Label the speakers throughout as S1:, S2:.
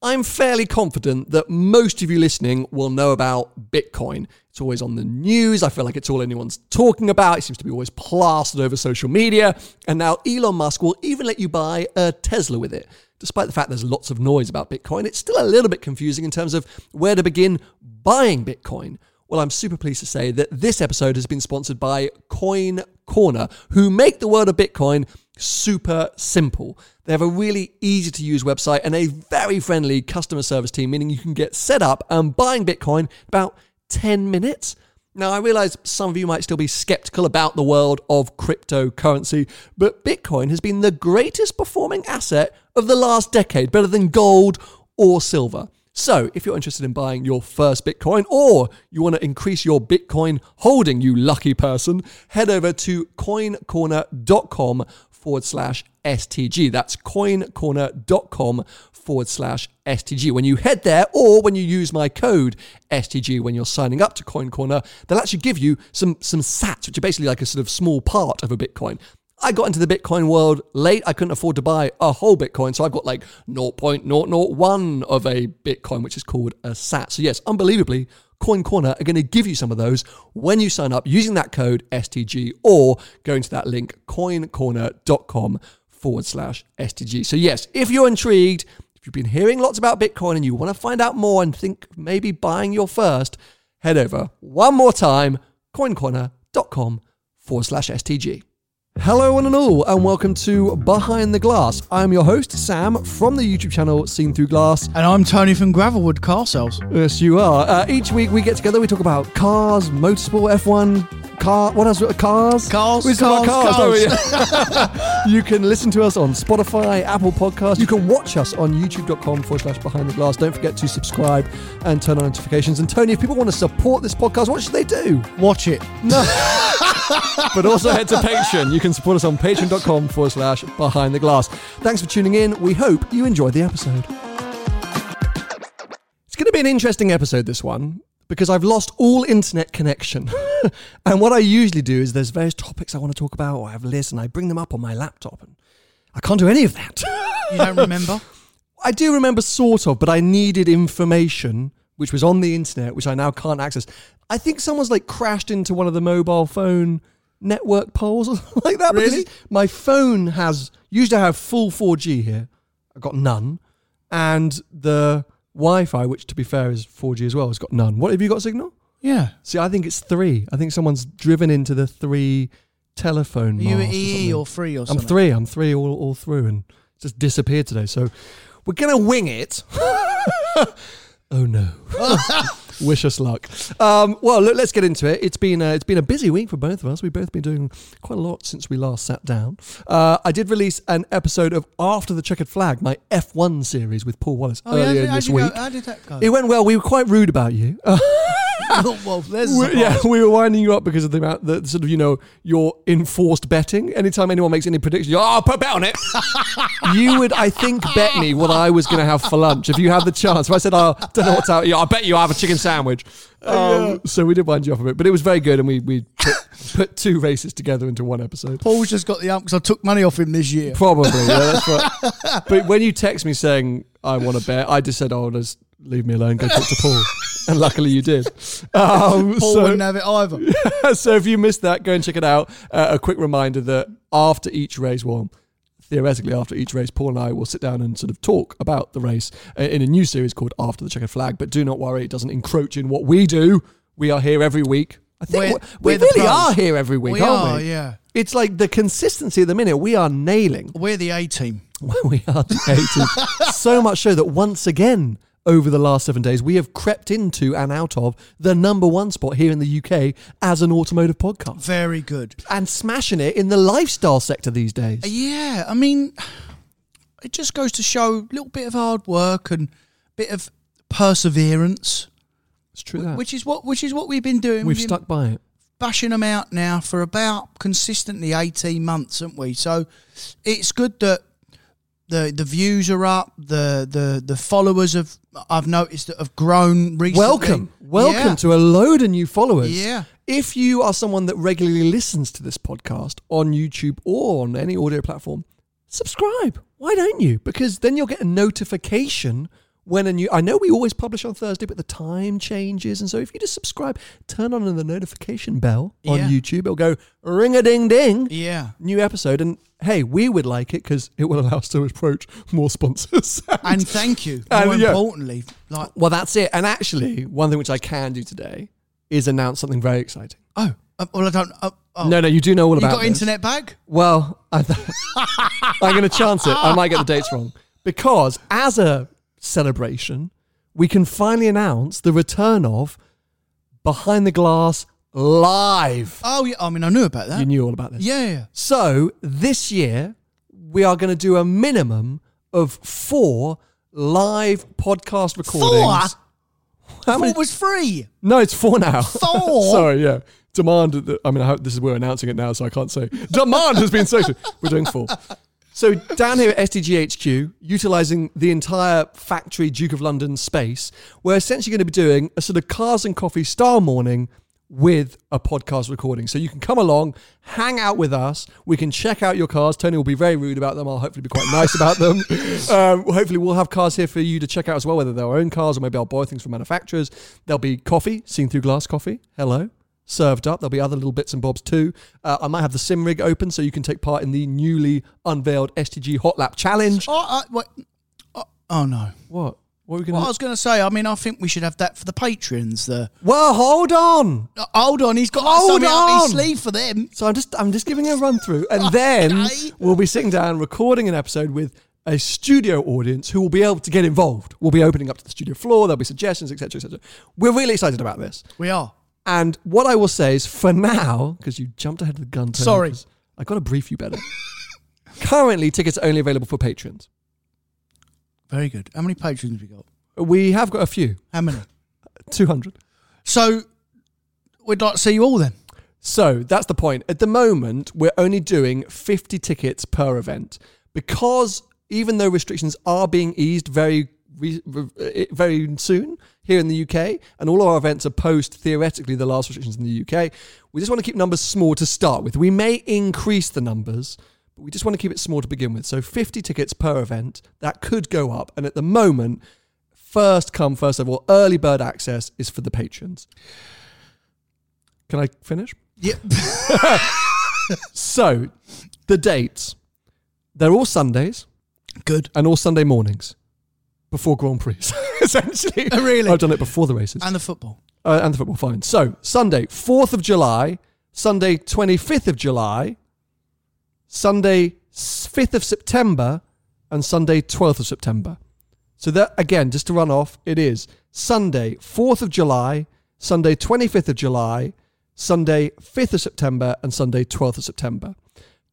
S1: I'm fairly confident that most of you listening will know about Bitcoin. It's always on the news. I feel like it's all anyone's talking about. It seems to be always plastered over social media. And now Elon Musk will even let you buy a Tesla with it. Despite the fact there's lots of noise about Bitcoin, it's still a little bit confusing in terms of where to begin buying Bitcoin. Well, I'm super pleased to say that this episode has been sponsored by Coin Corner, who make the world of Bitcoin super simple. They have a really easy to use website and a very friendly customer service team, meaning you can get set up and buying Bitcoin in about 10 minutes. Now, I realize some of you might still be skeptical about the world of cryptocurrency, but Bitcoin has been the greatest performing asset of the last decade, better than gold or silver. So, if you're interested in buying your first Bitcoin or you want to increase your Bitcoin holding, you lucky person, head over to coincorner.com forward slash STG. That's coincorner.com forward slash STG. When you head there or when you use my code STG when you're signing up to Coin Corner, they'll actually give you some, some sats, which are basically like a sort of small part of a Bitcoin. I got into the Bitcoin world late. I couldn't afford to buy a whole Bitcoin. So I've got like 0.001 of a Bitcoin, which is called a SAT. So, yes, unbelievably, Coin Corner are going to give you some of those when you sign up using that code STG or going to that link coincorner.com forward slash STG. So, yes, if you're intrigued, if you've been hearing lots about Bitcoin and you want to find out more and think maybe buying your first, head over one more time coincorner.com forward slash STG. Hello, one and all, and welcome to Behind the Glass. I'm your host, Sam, from the YouTube channel Seen Through Glass.
S2: And I'm Tony from Gravelwood Car Sales.
S1: Yes, you are. Uh, each week we get together, we talk about cars, motorsport, F1, car. What else? Uh, Cars.
S2: Cars,
S1: We talk about
S2: cars,
S1: don't we? you can listen to us on Spotify, Apple Podcasts. You can watch us on YouTube.com forward slash Behind the Glass. Don't forget to subscribe and turn on notifications. And Tony, if people want to support this podcast, what should they do?
S2: Watch it.
S1: but also head to Patreon. You can support us on patreon.com forward slash behind the glass. Thanks for tuning in. We hope you enjoyed the episode. It's going to be an interesting episode, this one, because I've lost all internet connection. and what I usually do is there's various topics I want to talk about, or I have lists, and I bring them up on my laptop, and I can't do any of that.
S2: You don't remember?
S1: I do remember sort of, but I needed information which was on the internet, which I now can't access. I think someone's like crashed into one of the mobile phone network poles or something like that. because
S2: Really?
S1: My phone has used to have full 4G here. I got none, and the Wi-Fi, which to be fair is 4G as well, has got none. What have you got signal?
S2: Yeah.
S1: See, I think it's three. I think someone's driven into the three telephone.
S2: Are you
S1: mast
S2: at
S1: or
S2: EE
S1: something.
S2: or free or
S1: I'm
S2: something?
S1: three. I'm three all, all through and just disappeared today. So we're going to wing it. oh, no. Wish us luck. Um, well, look, let's get into it. It's been a, it's been a busy week for both of us. We've both been doing quite a lot since we last sat down. Uh, I did release an episode of After the Checkered Flag, my F1 series with Paul Wallace
S2: Oh, yeah,
S1: earlier
S2: how,
S1: this
S2: did you
S1: week.
S2: Go, how did that go?
S1: it went well. We were quite rude about you.
S2: well, there's
S1: We-
S2: a
S1: yeah,
S2: surprise.
S1: we were winding you up because of the amount that sort of you know your enforced betting. Anytime anyone makes any prediction, you're, oh, put a bet on it. you would, I think, bet me what I was going to have for lunch if you had the chance. If I said, oh, I don't know what's out, yeah, I bet you I have a chicken sandwich.
S2: Oh,
S1: Um, so we did wind you up a bit, but it was very good, and we we put, put two races together into one episode.
S2: Paul's just got the ump because I took money off him this year.
S1: Probably, yeah, that's right. but when you text me saying I want to bet, I just said, oh, just leave me alone, go talk to Paul. And luckily you did. Um,
S2: Paul
S1: so-
S2: wouldn't have it either.
S1: so if you missed that, go and check it out. Uh, a quick reminder that after each race, well, theoretically, after each race, Paul and I will sit down and sort of talk about the race uh, in a new series called After the Checkered Flag. But do not worry, it doesn't encroach in what we do. We are here every week. I think
S2: We're-
S1: we we
S2: we're the
S1: really
S2: pros.
S1: are here every week,
S2: We
S1: aren't
S2: are,
S1: we?
S2: yeah.
S1: It's like the consistency of the minute we are nailing.
S2: We're the A team.
S1: Well, we are debating so much so that once again over the last seven days we have crept into and out of the number one spot here in the UK as an automotive podcast
S2: Very good. Uh,
S1: and smashing it in the lifestyle sector these days.
S2: Yeah, I mean, it just goes to show a little bit of hard work and a bit of perseverance,
S1: It's true that
S2: which is what which is what we've been doing.
S1: we've
S2: been
S1: stuck by it.
S2: bashing them out now for about consistently eighteen months, haven't we? So it's good that the the views are up, the the the followers have I've noticed that have grown recently.
S1: Welcome, welcome
S2: Yeah.
S1: to a load of new followers.
S2: Yeah.
S1: If you are someone that regularly listens to this podcast on YouTube or on any audio platform, subscribe. Why don't you? Because then you'll get a notification when a new. I know we always publish on Thursday, but the time changes, and so if you just subscribe, turn on the notification bell on
S2: Yeah.
S1: YouTube, it'll go ring a ding ding.
S2: yeah.
S1: New episode, and hey, we would like it because it will allow us to approach more sponsors.
S2: And thank you.
S1: And
S2: More
S1: yeah.
S2: importantly, like
S1: Well, that's it. And actually, one thing which I can do today is announce something very exciting.
S2: oh, uh, well I don't. Uh, oh,
S1: No, no, you do know all
S2: you
S1: about
S2: got
S1: this.
S2: internet bag?
S1: Well, I I'm going to chance it. I might get the dates wrong because as a celebration, we can finally announce the return of Behind the Glass live.
S2: Oh, yeah. I mean, I knew about that.
S1: You knew all about this.
S2: Yeah, yeah.
S1: So this year, we are going to do a minimum of four live podcast recordings.
S2: Four?
S1: How
S2: Four
S1: many-
S2: was free.
S1: No, it's four now.
S2: Four?
S1: Sorry, yeah. Demand. at the- I mean, I hope this is we're announcing it now, so I can't say demand has been sated. We're doing four. So down here at SDGHQ, utilizing the entire factory Duke of London space, we're essentially going to be doing a sort of cars and coffee style morning with a podcast recording. So you can come along, hang out with us. We can check out your cars. Tony will be very rude about them. I'll hopefully be quite nice about them. Um, hopefully we'll have cars here for you to check out as well, whether they're our own cars or maybe I'll borrow things from manufacturers. There'll be coffee, seen through glass coffee. Hello. Served up. There'll be other little bits and bobs too. Uh, I might have the sim rig open so you can take part in the newly unveiled STG Hot Lap Challenge.
S2: Oh, I, what? Oh, oh, no.
S1: What? What are we
S2: What
S1: going
S2: I
S1: to?
S2: was going to say, I mean, I think we should have that for the patrons. The
S1: Well, hold on.
S2: Uh, hold on, he's got
S1: Hold
S2: something up
S1: on.
S2: his sleeve for them.
S1: So I'm just I'm just giving a run through, and then
S2: Okay.
S1: we'll be sitting down recording an episode with a studio audience who will be able to get involved. We'll be opening up to the studio floor. There'll be suggestions, etc., etc. We're really excited about this.
S2: We are.
S1: And what I will say is, for now, because you jumped ahead of the gun. Tony,
S2: Sorry.
S1: 'cause I got to brief you better. Currently, tickets are only available for patrons.
S2: Very good. How many patrons we got?
S1: We have got a few,
S2: How many?
S1: two hundred.
S2: So we'd like to see you all then.
S1: So that's the point. At the moment, we're only doing 50 tickets per event because even though restrictions are being eased very re- re- very soon here in the UK and all our events are post theoretically the last restrictions in the UK, we just want to keep numbers small to start with. We may increase the numbers, but we just want to keep it small to begin with. So 50 tickets per event, that could go up and at the moment First come, first of all, early bird access is for the patrons. Can I finish?
S2: Yeah.
S1: So, the dates, they're all Sundays
S2: good.
S1: and all Sunday mornings before Grand Prix, essentially.
S2: Oh, really?
S1: I've done it before the races
S2: And the football.
S1: uh, and the football, fine. So, Sunday, 4th of July, Sunday, 25th of July, Sunday, s- 5th of September, and Sunday, 12th of September. So, that again, just to run off, it is Sunday, 4th of July, Sunday, 25th of July, Sunday, 5th of September, and Sunday, 12th of September.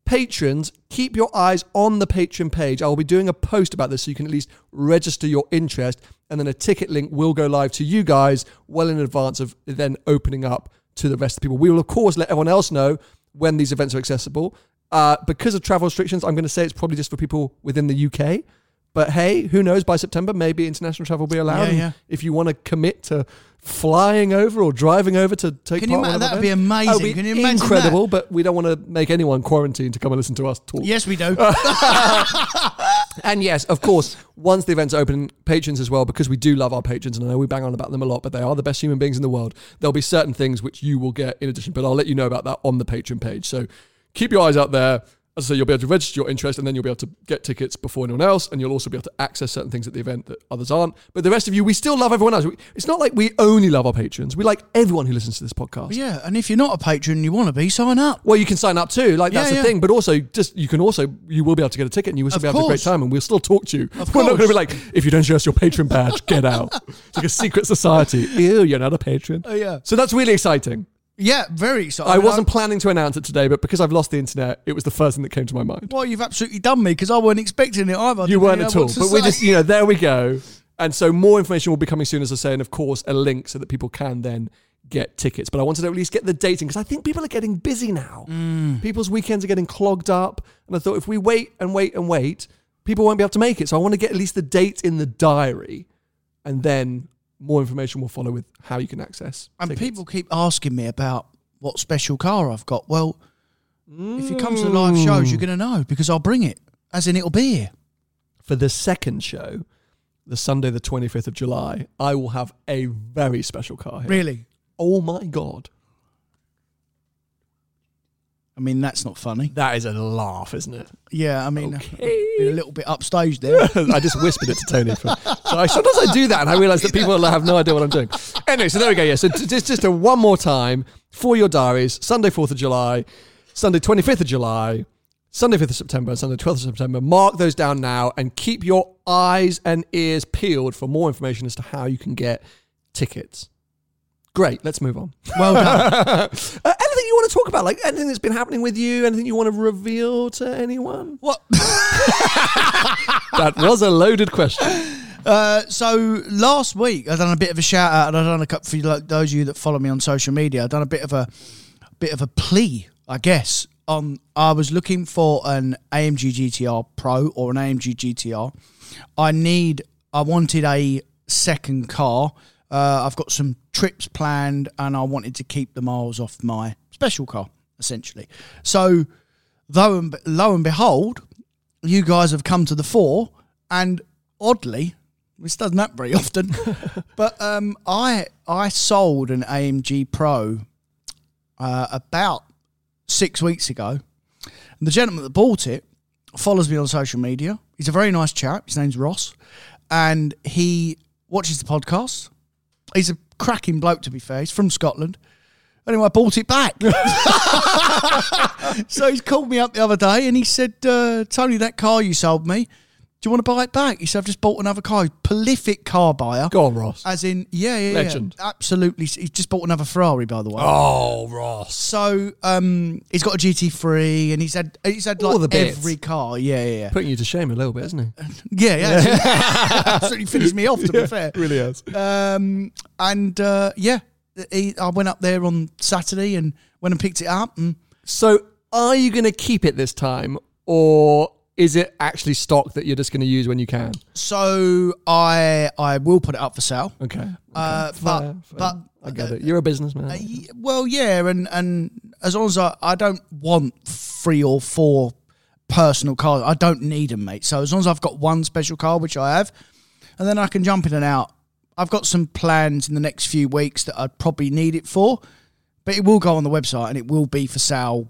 S1: Patrons, keep your eyes on the Patreon page. I'll be doing a post about this so you can at least register your interest, and then a ticket link will go live to you guys well in advance of it then opening up to the rest of people. We will, of course, let everyone else know when these events are accessible. Uh, because of travel restrictions, I'm going to say it's probably just for people within the UK. But hey, who knows? By September, maybe international travel will be allowed.
S2: Yeah,
S1: And
S2: yeah.
S1: If you want to commit to flying over or driving over to take
S2: Can you
S1: part, in
S2: ima-
S1: one of our
S2: that'd be
S1: events-
S2: amazing.
S1: Oh, it'd be
S2: Can you imagine that?
S1: incredible? but we don't want to make anyone quarantine to come and listen to us talk.
S2: Yes, we
S1: Uh.
S2: do.
S1: And yes, of course, once the event's open, patrons as well, because we do love our patrons, and I know we bang on about them a lot, but they are the best human beings in the world. There'll be certain things which you will get in addition, but I'll let you know about that on the Patreon page. So keep your eyes out there. As I say, you'll be able to register your interest and then you'll be able to get tickets before anyone else. And you'll also be able to access certain things at the event that others aren't. But the rest of you, we still love everyone else. We- It's not like we only love our patrons. We like everyone who listens to this podcast.
S2: Yeah, and if you're not a patron and you want to be, sign up.
S1: Well, you can sign up too. Like that's the
S2: Yeah, yeah.
S1: thing. But also, just you can also you will be able to get a ticket, and you will still
S2: Of
S1: be able to have a great
S2: course.
S1: time, and we'll still talk to you.
S2: Of
S1: We're not going to
S2: course.
S1: be like if you don't show us your patron badge, get out. It's like a secret society. Ew, you're not a patron.
S2: Oh, yeah.
S1: So that's really exciting.
S2: Yeah, very excited.
S1: I wasn't planning to announce it today, but because I've lost the internet, it was the first thing that came to my mind.
S2: Well, you've absolutely done me because I weren't expecting it either. I
S1: You
S2: didn't
S1: weren't
S2: really
S1: at
S2: know
S1: all,
S2: what to
S1: but we're
S2: say.
S1: just you know there we go. And so more information will be coming soon, as I say, and of course a link so that people can then get tickets. But I wanted to at least get the dating because I think people are getting busy now.
S2: Mm.
S1: People's weekends are getting clogged up, and I thought if we wait and wait and wait, people won't be able to make it. So I want to get at least the date in the diary, and then more information will follow with how you can access.
S2: And
S1: tickets.
S2: people keep asking me about what special car I've got. Well, if you come to the live shows,
S1: Mm.
S2: you're going to know because I'll bring it, as in it'll be here.
S1: for the second show, the Sunday the twenty fifth of July, I will have a very special car here.
S2: Really?
S1: Oh my god.
S2: I mean, that's not funny.
S1: That is a laugh, isn't it?
S2: Yeah, I mean,
S1: Okay.
S2: been a little bit upstage there.
S1: I just whispered it to Tony. For, so I, sometimes I do that, and I realise that people have no idea what I'm doing. Anyway, so there we go. Yeah, so t- just just a one more time for your diaries: Sunday, fourth of July, Sunday, twenty fifth of July, Sunday, fifth of September, and Sunday, twelfth of September. Mark those down now, and keep your eyes and ears peeled for more information as to how you can get tickets. Great. Let's move on.
S2: well done.
S1: Uh, anything you want to talk about? Like anything that's been happening with you? Anything you want to reveal to anyone?
S2: What?
S1: That was a loaded question.
S2: Uh, so last week I done a bit of a shout out, and I done a couple for you, like, those of you that follow me on social media. I done a bit of a bit of a plea, I guess. On I was looking for an AMG GTR Pro or an AMG GTR. I need. I wanted a second car. Uh, I've got some trips planned, and I wanted to keep the miles off my special car, essentially. So, though and lo and behold, you guys have come to the fore, and oddly, which doesn't happen very often, but um, I I sold an AMG Pro uh, about six weeks ago, and the gentleman that bought it follows me on social media. He's a very nice chap. His name's Ross, and he watches the podcast. He's a cracking bloke, to be fair. He's from Scotland. Anyway, I bought it back. so he's called me up the other day and he said, uh, Tony, that car you sold me, do you want to buy it back? He said, I've just bought another car. He's a prolific car buyer.
S1: Go on, Ross.
S2: As in, yeah, yeah, yeah.
S1: Legend.
S2: Absolutely. He's just bought another Ferrari, by the way.
S1: Oh, Ross.
S2: So um, he's got a GT3 and he's had he's had
S1: All
S2: like
S1: the bits.
S2: every car. Yeah, yeah, yeah.
S1: Putting you to shame a little bit, isn't he?
S2: Yeah, yeah. Absolutely, absolutely finished me off, to be fair.
S1: really has.
S2: Um, and uh, yeah, he, I went up there on Saturday and went and picked it up. And
S1: So, are you going to keep it this time, or is it actually stock that you're just going to use when you can?
S2: so I I will put it up for sale.
S1: Okay. okay.
S2: Uh,
S1: Fair,
S2: but- uh,
S1: fair.
S2: but-
S1: I get it. You're a businessman.
S2: Y- Well, yeah, and and as long as I, I don't want three or four personal cars, I don't need them, mate. So as long as I've got one special car, which I have, and then I can jump in and out. I've got some plans in the next few weeks that I'd probably need it for, but it will go on the website and it will be for sale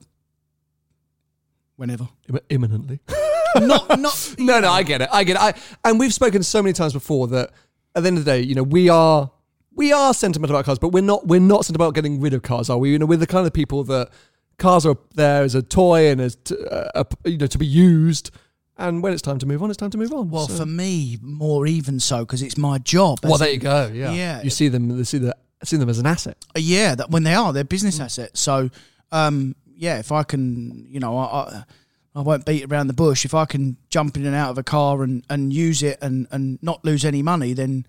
S2: whenever.
S1: Im- imminently.
S2: not not
S1: no, no, I get it. I get it. I, and we've spoken so many times before that at the end of the day, you know, we are we are sentimental about cars, but we're not we're not sentimental about getting rid of cars, are we? You know, we're the kind of people that cars are there as a toy and as t- uh, a, you know to be used, and when it's time to move on, it's time to move on.
S2: well
S1: So-
S2: for me more even so because it's my job.
S1: well,
S2: As-
S1: there you go. Yeah,
S2: Yeah.
S1: You see them. They see the see them as an asset.
S2: Uh, Yeah, that when they are, they're business
S1: Mm.
S2: assets. So, um, yeah, if I can, you know, I, I I won't beat around the bush. If I can jump in and out of a car and, and use it and, and not lose any money, then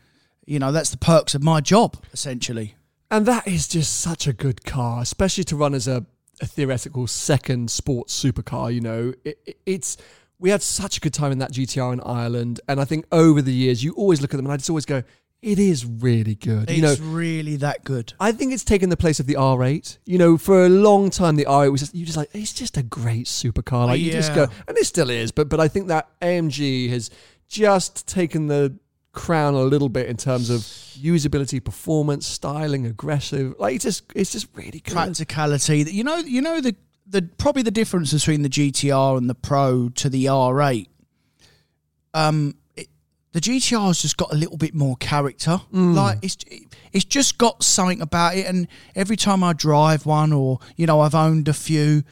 S2: you know that's the perks of my job essentially.
S1: And that is just such a good car, especially to run as a, a theoretical second sports supercar. You know, it, it- it's we had such a good time in that GTR in Ireland, and I think over the years you always look at them, and I just always go, "It is really good." you know,
S2: it's really that good.
S1: I think it's taken the place of the R8. You know, for a long time the R8 was just you just like it's just a great supercar. Like you just go,
S2: Yeah.
S1: and it still is, but but I think that AMG has just taken the crown a little bit in terms of usability, performance, styling, aggressive. Like it's just it's just really good.
S2: Practicality. You know, you know the the probably the difference between the GTR and the Pro to the R8. Um, it, the GTR's just got a little bit more character. Like it's it's just got something about it. And every time I drive one, or you know, I've owned a few.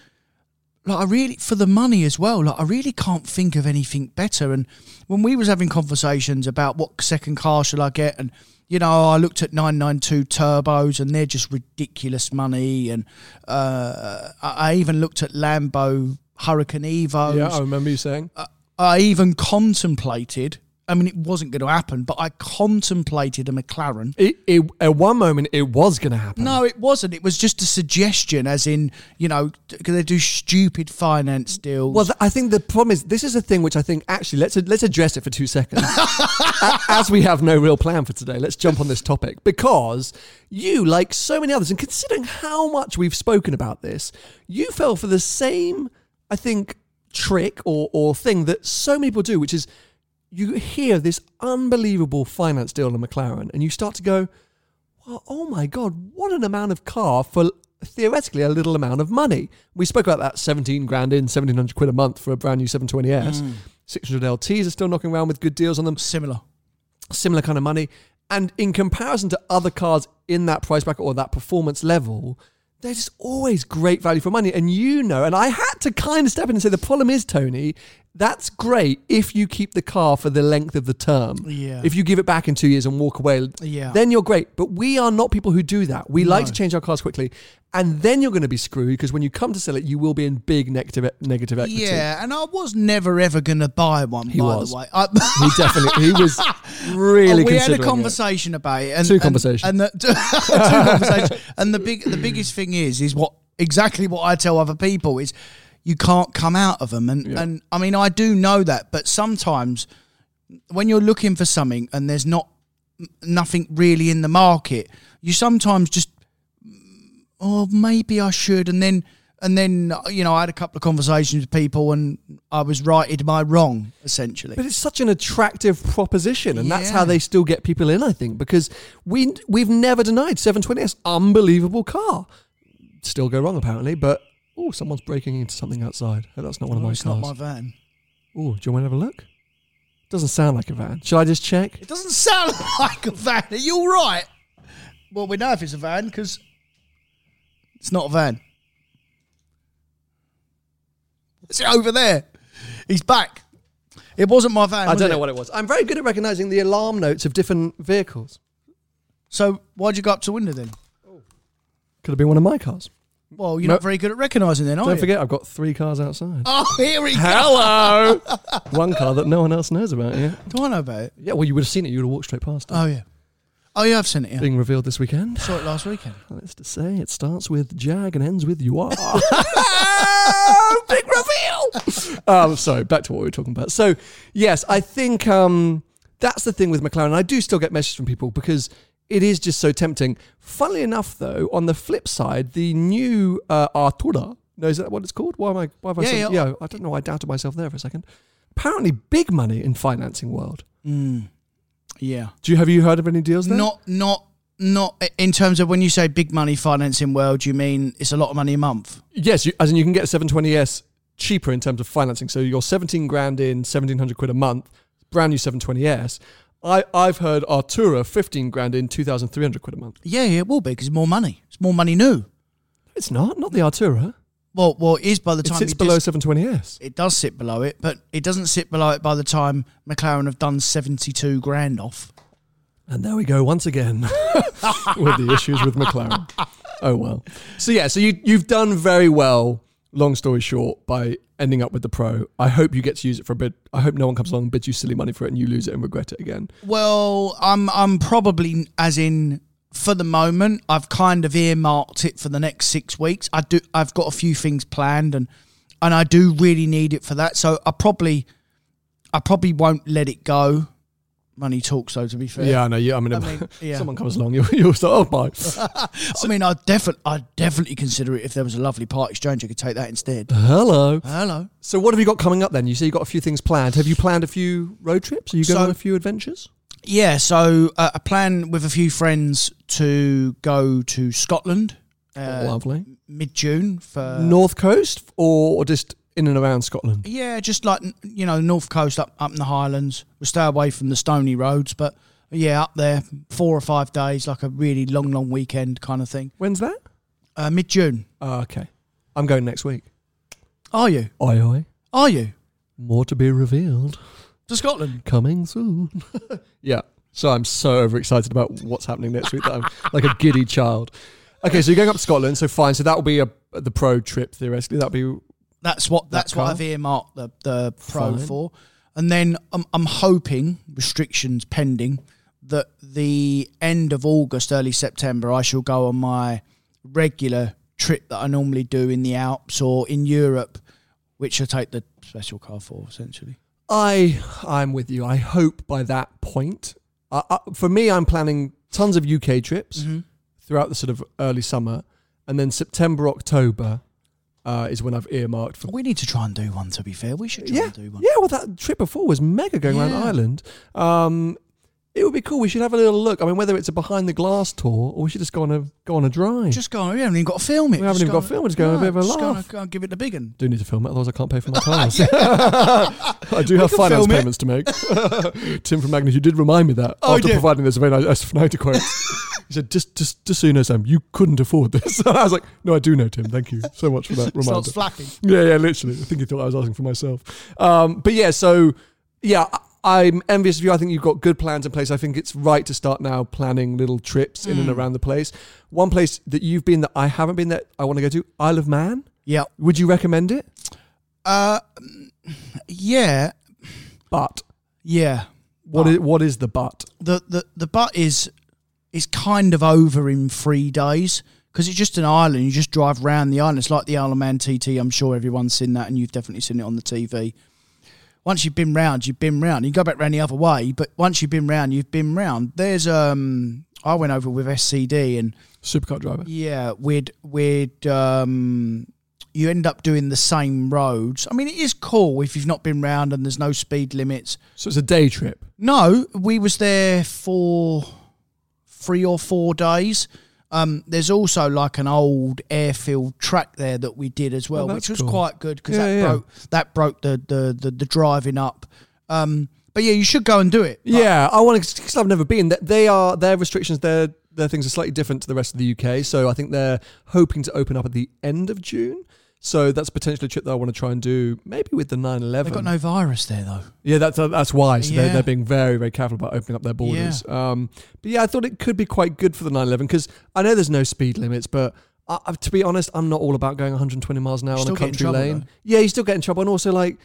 S2: Like I really for the money as well. Like I really can't think of anything better. And when we was having conversations about what second car should I get, and you know, I looked at 992 turbos and they're just ridiculous money. And uh, I I even looked at Lambo Hurricane Evos.
S1: Yeah, oh. I remember you saying.
S2: uh, I even contemplated. I mean, it wasn't going to happen, but I contemplated a McLaren.
S1: It, it, at one moment, it was going to happen.
S2: No, it wasn't. It was just a suggestion, as in, you know, because they do stupid finance deals.
S1: Well, th- I think the problem is this is a thing which I think actually let's let's address it for two seconds, A- as we have no real plan for today. Let's jump on this topic because you, like so many others, and considering how much we've spoken about this, you fell for the same, I think, trick or or thing that so many people do, which is you hear this unbelievable finance deal on a McLaren, and you start to go, well, oh my God, what an amount of car for theoretically a little amount of money. We spoke about that 17 grand in, 1700 quid a month for a brand new 720S. 600 LTs are still knocking around with good deals on them,
S2: Similar.
S1: similar kind of money. And in comparison to other cars in that price bracket or that performance level, they're just always great value for money. And you know, and I had to kind of step in and say, the problem is, Tony, that's great if you keep the car for the length of the term.
S2: Yeah.
S1: If you give it back in two years and walk away,
S2: Yeah.
S1: then you're great. But we are not people who do that. We like to change our cars quickly. And then you're going to be screwed because when you come to sell it, you will be in big negative, negative equity.
S2: Yeah, and I was never ever going to buy one, by
S1: was.
S2: the way. I,
S1: He definitely, he was really
S2: Oh, we had a
S1: considering it.
S2: conversation about it. And,
S1: Two
S2: and-
S1: conversations.
S2: And the, two conversations. And the big, the biggest thing is, is what exactly what I tell other people is, you can't come out of them. And and I mean, I do know that, but sometimes when you're looking for something and there's not n- nothing really in the market, you sometimes just oh maybe I should and then and then you know I had a couple of conversations with people and I was righted my wrong essentially.
S1: But it's such an attractive proposition, and that's
S2: Yeah.
S1: how they still get people in, I think, because we we've never denied 720s unbelievable car. Still go wrong apparently, but oh, someone's breaking into something outside. Oh, that's not one of
S2: Oh,
S1: my
S2: it's
S1: cars.
S2: not my van.
S1: Oh, do you want to have a look? Doesn't sound like a van. Shall I just check?
S2: It doesn't sound like a van. Are you all right? Well, we know if it's a van because it's not a van. It's over there. He's back. It wasn't my van.
S1: I
S2: was
S1: don't know
S2: it?
S1: what it was. I'm very good at recognizing the alarm notes of different vehicles.
S2: So why'd you go up to the window then?
S1: Could have been one of my cars.
S2: Well, you're
S1: No.
S2: not very good at recognising then, are
S1: Don't
S2: you?
S1: forget, I've got three cars outside.
S2: Oh, here we go.
S1: Hello. one car that no one else knows about. Yeah.
S2: Do I know about it?
S1: Yeah. Well, you would have seen it. You would have walked straight past it.
S2: Oh yeah. Oh yeah, I've seen it. Yeah.
S1: Being revealed this weekend.
S2: Saw it last weekend.
S1: Let's to say it starts with Jag and ends with you are. Big reveal. Um, sorry, back to what we were talking about. So yes, I think um, that's the thing with McLaren. I do still get messages from people because it is just so tempting. Funnily enough, though, on the flip side, the new uh, Artura. No, is that what it's called? Why am I? Why have I
S2: Yeah,
S1: said,
S2: yeah.
S1: yeah, I don't know. why I doubted myself there for a second. Apparently, big money in financing world.
S2: Yeah.
S1: Do you have you heard of any deals there?
S2: Not not not in terms of when you say big money financing world, you mean it's a lot of money a month.
S1: Yes, you, as in you can get a 720S cheaper in terms of financing. So you're 17 grand in, 1700 quid a month, brand new 720S. I, I've heard Artura 15 grand in, 2300 quid a month.
S2: Yeah, yeah, it will be because more money. It's more money new.
S1: It's not, not the Artura.
S2: Well, well, it is by the
S1: It
S2: time
S1: sits
S2: you
S1: below
S2: dis-
S1: 720S.
S2: it does sit below it, but it doesn't sit below it by the time McLaren have done seventy-two grand off.
S1: And there we go once again with the issues with McLaren. Oh well. So yeah, so you you've done very well. Long story short, by ending up with the pro, I hope you get to use it for a bit. I hope no one comes along and bids you silly money for it and you lose it and regret it again.
S2: Well, I'm I'm probably as in for the moment, I've kind of earmarked it for the next six weeks. I do I've got a few things planned and and I do really need it for that. So I probably I probably won't let it go. Money talks though to be fair.
S1: Yeah, I know. Yeah, I mean,
S2: mean, yeah.
S1: someone comes along, you'll, you'll say, "Oh, bye."
S2: I mean I'd definitely I'd definitely consider it if there was a lovely part exchange, I could take that instead.
S1: Hello.
S2: Hello.
S1: So, what have you got coming up then? You say you got a few things planned. Have you planned a few road trips? Are you going
S2: So-
S1: on a few adventures?
S2: Yeah, so uh, I plan with a few friends to go to Scotland
S1: Oh, Lovely.
S2: mid June for
S1: North Coast or or just in and around Scotland?
S2: yeah, just like you know, north coast up up in the Highlands. We stay away from the stony roads, but yeah, up there four or five days, like a really long, long weekend kind of thing.
S1: When's that?
S2: Uh, mid June.
S1: Oh, okay. I'm going next week.
S2: Are you?
S1: Oi, oi.
S2: Are you
S1: More to be revealed.
S2: to Scotland?
S1: Coming soon. yeah. So I'm so overexcited about what's happening next week that I'm like a giddy child. Okay, so you're going up to Scotland, so fine. So that will be a, the pro trip theoretically. That'll be
S2: That's what
S1: That
S2: that's what
S1: car?
S2: I've earmarked the the pro
S1: Fine.
S2: for. And then I'm I'm hoping restrictions pending that the end of August, early September, I shall go on my regular trip that I normally do in the Alps or in Europe, which I take the special car for essentially.
S1: I I'm with you. I hope by that point. I, I, for me, I'm planning tons of UK trips
S2: Mm-hmm.
S1: throughout the sort of early summer, and then September October uh, is when I've earmarked for.
S2: We need to try and do one. To be fair, we should try
S1: Yeah,
S2: and do Oh, one.
S1: yeah. Well, that trip before was mega going around
S2: Yeah.
S1: Ireland. Um, it would be cool. We should have a little look. I mean, whether it's a behind the glass tour or we should just go on a go on a drive.
S2: Just go. on. We haven't even got to film it.
S1: We haven't
S2: Just
S1: even
S2: go
S1: got to
S2: on-
S1: film it, just go on a bit of a
S2: just go on
S1: laugh.
S2: and- go and give it the big un.
S1: do need to film it, otherwise I can't pay for my cars. I do have
S2: can
S1: finance
S2: film it.
S1: payments to make. Tim from Magnus, you did remind me that
S2: Oh,
S1: after
S2: yeah.
S1: providing this very nice Fnatic quote. he said, just, just, just so you know, Sam, you couldn't afford this. I was like, no, I do know, Tim. Thank you so much for that reminder.
S2: Starts flapping.
S1: Yeah, yeah, literally. I think he thought I was asking for myself. Um, but yeah, so yeah, I- I'm envious of you. I think you've got good plans in place. I think it's right to start now planning little trips in and
S2: Mm.
S1: around the place. One place that you've been that I haven't been that I want to go to, Isle of Man.
S2: Yeah.
S1: Would you recommend it?
S2: Uh, yeah.
S1: But
S2: Yeah.
S1: what is what is the but?
S2: the the the butt is is kind of over in three days because it's just an island. You just drive round the island. It's like the Isle of Man TT. I'm sure everyone's seen that, and you've definitely seen it on the TV. Once you've been round, you've been round. You go back round the other way, but once you've been round, you've been round. There's um, I went over with SCD, and
S1: Supercar driver.
S2: yeah, we'd we'd um, you end up doing the same roads. I mean, it is cool if you've not been round and there's no speed limits.
S1: So it's a day trip.
S2: No, we was there for three or four days. Um, there's also like an old airfield track there that we did as well,
S1: Oh, that's
S2: which was
S1: cool.
S2: quite good because
S1: Yeah,
S2: that
S1: yeah.
S2: broke that broke the the, the, the driving up. Um, but yeah, you should go and do it. But
S1: yeah, I want to because I've never been. Th- They are their restrictions. Their their things are slightly different to the rest of the UK. So I think they're hoping to open up at the end of June. So that's potentially a trip that I want to try and do, maybe with the 911.
S2: They've got no virus there though.
S1: yeah, that's uh, that's why. So they're,
S2: Yeah.
S1: they're being very very careful about opening up their borders. Um, but yeah, I thought it could be quite good for the 911 because I know there's no speed limits, but I, I- to be honest, I'm not all about going 120 miles an hour on
S2: Still
S1: a
S2: get in
S1: country
S2: trouble,
S1: lane.
S2: though.
S1: Yeah, you still get in trouble, and also like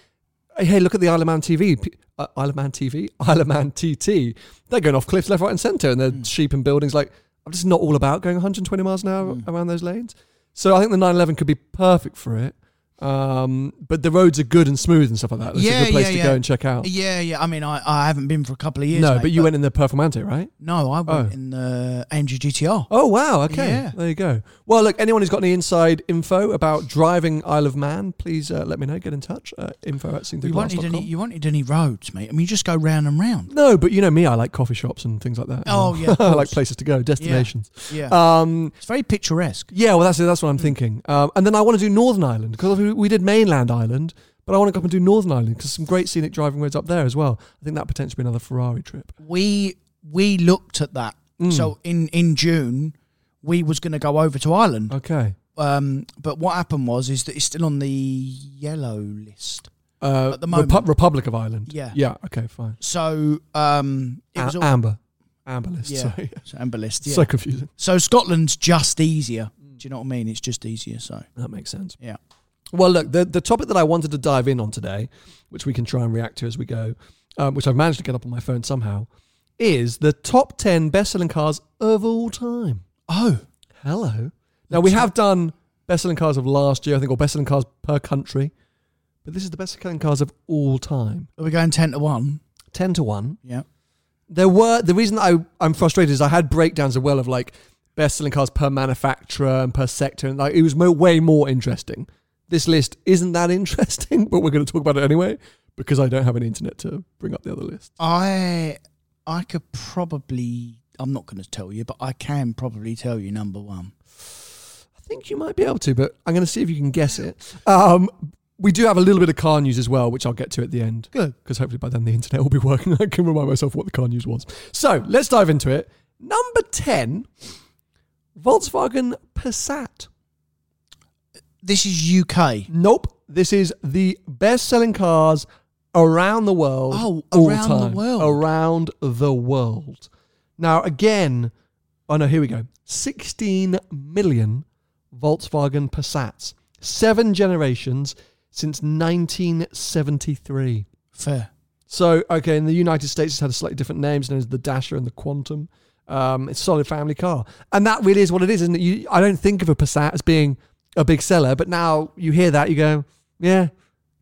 S1: hey, look at the Isle of Man TV, P- uh, Isle of Man TV, Isle of Man TT. They're going off cliffs left, right, and centre, and they're
S2: Hmm.
S1: sheep and buildings. Like, I'm just not all about going 120 miles an hour
S2: Hmm.
S1: around those lanes. So I think the 911 could be perfect for it. Um, but the roads are good and smooth and stuff like that. It's a good place to go and check out.
S2: Yeah, yeah. I mean, I, I haven't been for a couple of years.
S1: Oh. no,
S2: mate,
S1: but you went in the Performante, right?
S2: No, I went
S1: Oh.
S2: in the AMG GTR.
S1: Oh wow! Okay,
S2: Yeah.
S1: there you go. Well, look, anyone who's got any inside info about driving Isle of Man, please uh, let me know. Get in touch. Uh, info at
S2: you wanted any? You wanted any roads, mate? I mean, you just go round and round.
S1: No, but you know me, I like coffee shops and things like that.
S2: Oh, yeah, of
S1: I like
S2: course.
S1: places to go, destinations.
S2: Yeah, Mm.
S1: Um,
S2: it's very picturesque.
S1: yeah, well, that's it. That's what I'm thinking. Um, and then I want to do Northern Ireland because we we did mainland Ireland, but I want to go up and do Northern Ireland because some great scenic driving roads up there as well. I think that potentially be another Ferrari trip.
S2: we we looked at that.
S1: Mm.
S2: So in in June, we was going to go over to Ireland.
S1: Okay.
S2: Um, but what happened was is that it's still on the yellow list.
S1: Uh,
S2: At the moment-
S1: Repu- Republic of Ireland.
S2: Yeah.
S1: Yeah. Okay. Fine.
S2: So um, it was
S1: A-
S2: all,
S1: amber. Amber list.
S2: yeah,
S1: Sorry.
S2: it's amber list. Yeah.
S1: Ah, So
S2: So,
S1: confusing.
S2: Scotland's just easier. Do you know what I mean? It's just easier. So
S1: That makes sense.
S2: yeah,
S1: Well, look, the, the topic that I wanted to dive in on today, which we can try and react to as we go, um, which I've managed to get up on my phone somehow, is the top 10 best selling cars of all time. Oh, hello. Now, we have done best selling cars of last year, I think, or best selling cars per country, but this is the best selling cars of all time.
S2: are we going ten to one?
S1: 10 to 1
S2: Yeah.
S1: there were the reason I I'm frustrated is I had breakdowns as well of like best selling cars per manufacturer and per sector, and like it was mo- way more interesting. This list isn't that interesting, but we're going to talk about it anyway because I don't have any internet to bring up the other list.
S2: I I could probably. I'm not going to tell you, but I can probably tell you number one.
S1: I think you might be able to, but I'm going to see if you can guess it. Um, we do have a little bit of car news as well, which I'll get to at the end.
S2: Good.
S1: Because hopefully by then the internet will be working. I can remind myself what the car news was. So let's dive into it. Number 10, Volkswagen Passat.
S2: This is UK.
S1: Nope. This is the best selling cars around the world.
S2: Oh,
S1: all
S2: around the
S1: time.
S2: world.
S1: Around the world. Now, again, oh no, here we go. 16 million Volkswagen Passats. Seven generations since 1973.
S2: Fair.
S1: So, okay, in the United States, it's had a slightly different name. It's known as the Dasher and the Quantum. Um, it's a solid family car. And that really is what it is, isn't it? You, I don't think of a Passat as being a big seller, but now you hear that, you go, yeah,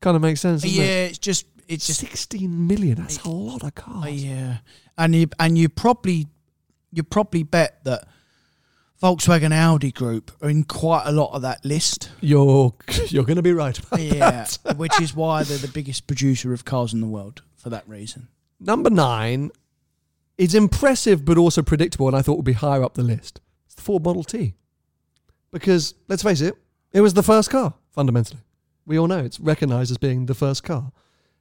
S1: kind of makes sense. Doesn't
S2: yeah,
S1: It?
S2: it's just it's just
S1: 16 million. That's a lot of cars.
S2: yeah, uh, and you and you probably you probably bet that Volkswagen Audi Group are in quite a lot of that list.
S1: You're, you're going to be right about
S2: Yeah,
S1: that.
S2: which is why they're the biggest producer of cars in the world for that reason.
S1: Number nine is impressive, but also predictable, and I thought would be higher up the list. It's the Ford Model T. Because, let's face it, it was the first car, fundamentally. We all know it's recognized as being the first car.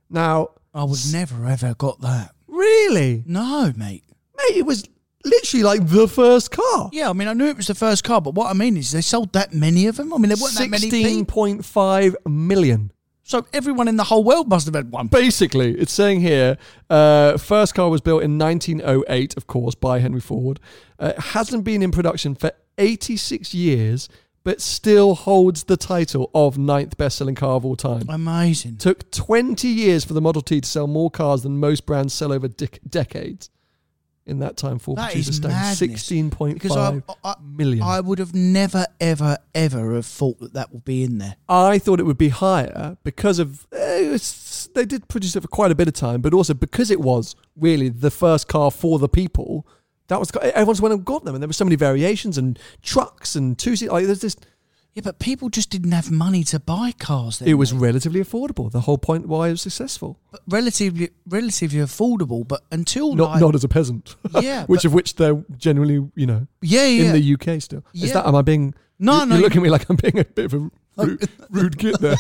S1: Now,
S2: I would never ever got that.
S1: really?
S2: No, mate.
S1: Mate, it was literally like the first car.
S2: Yeah, I mean, I knew it was the first car, but what I mean is they sold that many of them. I mean, there weren't that many people.
S1: 16.5 million.
S2: So everyone in the whole world must have had one.
S1: Basically, it's saying here, uh, first car was built in 1908, of course, by Henry Ford. Uh, it hasn't been in production for 86 years, but still holds the title of ninth best-selling car of all time.
S2: Amazing.
S1: Took 20 years for the Model T to sell more cars than most brands sell over dec- decades. In that time, Ford
S2: That
S1: produced a
S2: is
S1: stunning
S2: madness.
S1: 16.5 million.
S2: I would have never, ever, ever have thought that that would be in there.
S1: I thought it would be higher because of eh, it's- they did produce it for quite a bit of time, but also because it was really the first car for the people. That was everyone's went and got them, and there were so many variations and trucks and two seat. Like there's just
S2: Yeah, but people just didn't have money to buy cars. Then,
S1: it was
S2: mate.
S1: relatively affordable. The whole point why it was successful,
S2: But relatively, relatively affordable. But until
S1: not
S2: like,
S1: not as a peasant,
S2: Oh Yeah,
S1: which
S2: but-
S1: of which they're generally you know
S2: yeah, yeah,
S1: in the UK still. Is
S2: Yeah.
S1: that am I being?
S2: No,
S1: you-
S2: no,
S1: You're
S2: you-
S1: looking at me like I'm being a bit of a rude, rude kid there.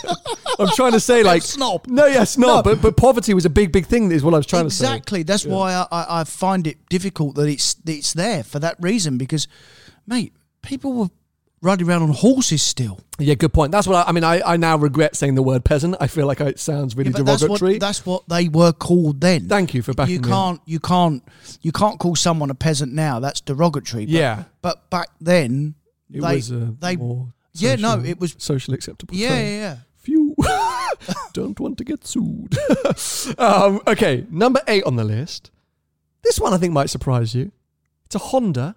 S1: I'm trying to say like
S2: snob.
S1: No, yeah, snob. But but poverty was a big big thing. Is what I was trying to say.
S2: exactly. That's why I, I, I find it difficult that it's that it's there for that reason because, mate, people were riding around on horses still.
S1: Yeah, good point. That's what I, I mean. I, I now regret saying the word peasant. I feel like it sounds really
S2: Yeah, but that's
S1: derogatory.
S2: what that's what they were called then.
S1: Thank you for backing
S2: you
S1: me up.
S2: can't you can't you can't call someone a peasant now. That's derogatory. But,
S1: Yeah.
S2: but back then
S1: It
S2: they
S1: was a
S2: they
S1: more
S2: yeah no
S1: social-
S2: it was
S1: socially acceptable.
S2: yeah
S1: term.
S2: yeah, yeah.
S1: Phew. Don't want to get sued. um, okay, number eight on the list. This one I think might surprise you. It's a Honda.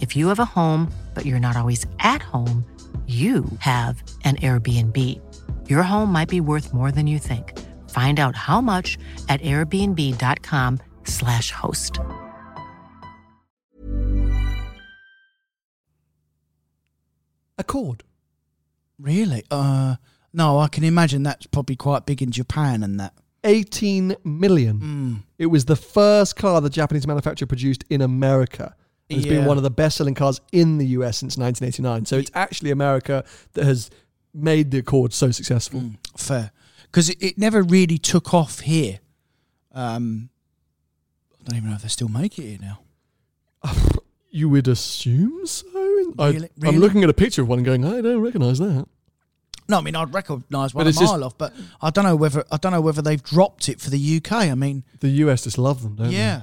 S3: If you have a home, but you're not always at home, you have an Airbnb. Your home might be worth more than you think. Find out how much at airbnb.com/slash host.
S1: A chord.
S2: Really? Uh, no, I can imagine that's probably quite big in Japan and that. Hmm,
S1: 18 million.
S2: Mm.
S1: It was the first car the Japanese manufacturer produced in America. And It's been
S2: Yeah.
S1: one of the best selling cars in the US since 1989. So it's actually America that has made the Accord so successful.
S2: Mm. Fair. Because it, it never really took off here. Um, I don't even know if they still make it here now.
S1: You would assume so? I,
S2: Really? Really?
S1: I'm looking at a picture of one and going, I don't recognize that.
S2: No, I mean I'd recognise one
S1: But
S2: a
S1: it's just-
S2: mile off, but I don't know whether I don't know whether they've dropped it for the UK. I mean,
S1: The US just love them, don't they?
S2: yeah,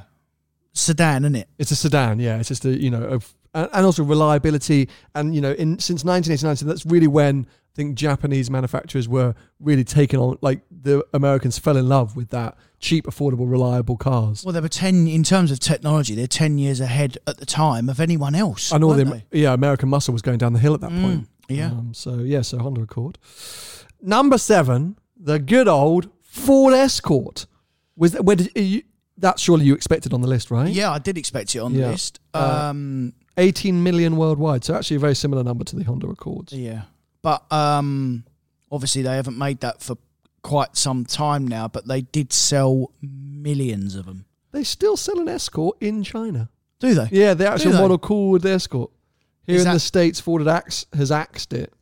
S2: sedan, isn't it?
S1: It's a sedan, yeah. It's just a you know, of, and and also reliability, and you know, in since 1989, so that's really when I think Japanese manufacturers were really taken on. Like the Americans fell in love with that cheap, affordable, reliable cars.
S2: Well, they were ten in terms of technology. They're ten years ahead at the time of anyone else.
S1: and all the
S2: weren't
S1: Amer- yeah, American muscle was going down the hill at that point.
S2: they? yeah.
S1: Um, so yeah, so Honda Accord. Number seven, the good old Ford Escort. Was that, where did you, that surely you expected on the list, right?
S2: Yeah, I did expect it on
S1: Yeah.
S2: the list.
S1: Uh,
S2: Um,
S1: 18 million worldwide. So actually a very similar number to the Honda Accords.
S2: yeah, but um, obviously they haven't made that for quite some time now. But they did sell millions of them.
S1: They still sell an Escort in China.
S2: Do they?
S1: Yeah, the actual
S2: they?
S1: model called Escort. Here
S2: Is
S1: in the
S2: that-
S1: States, Ford had ax- has axed it,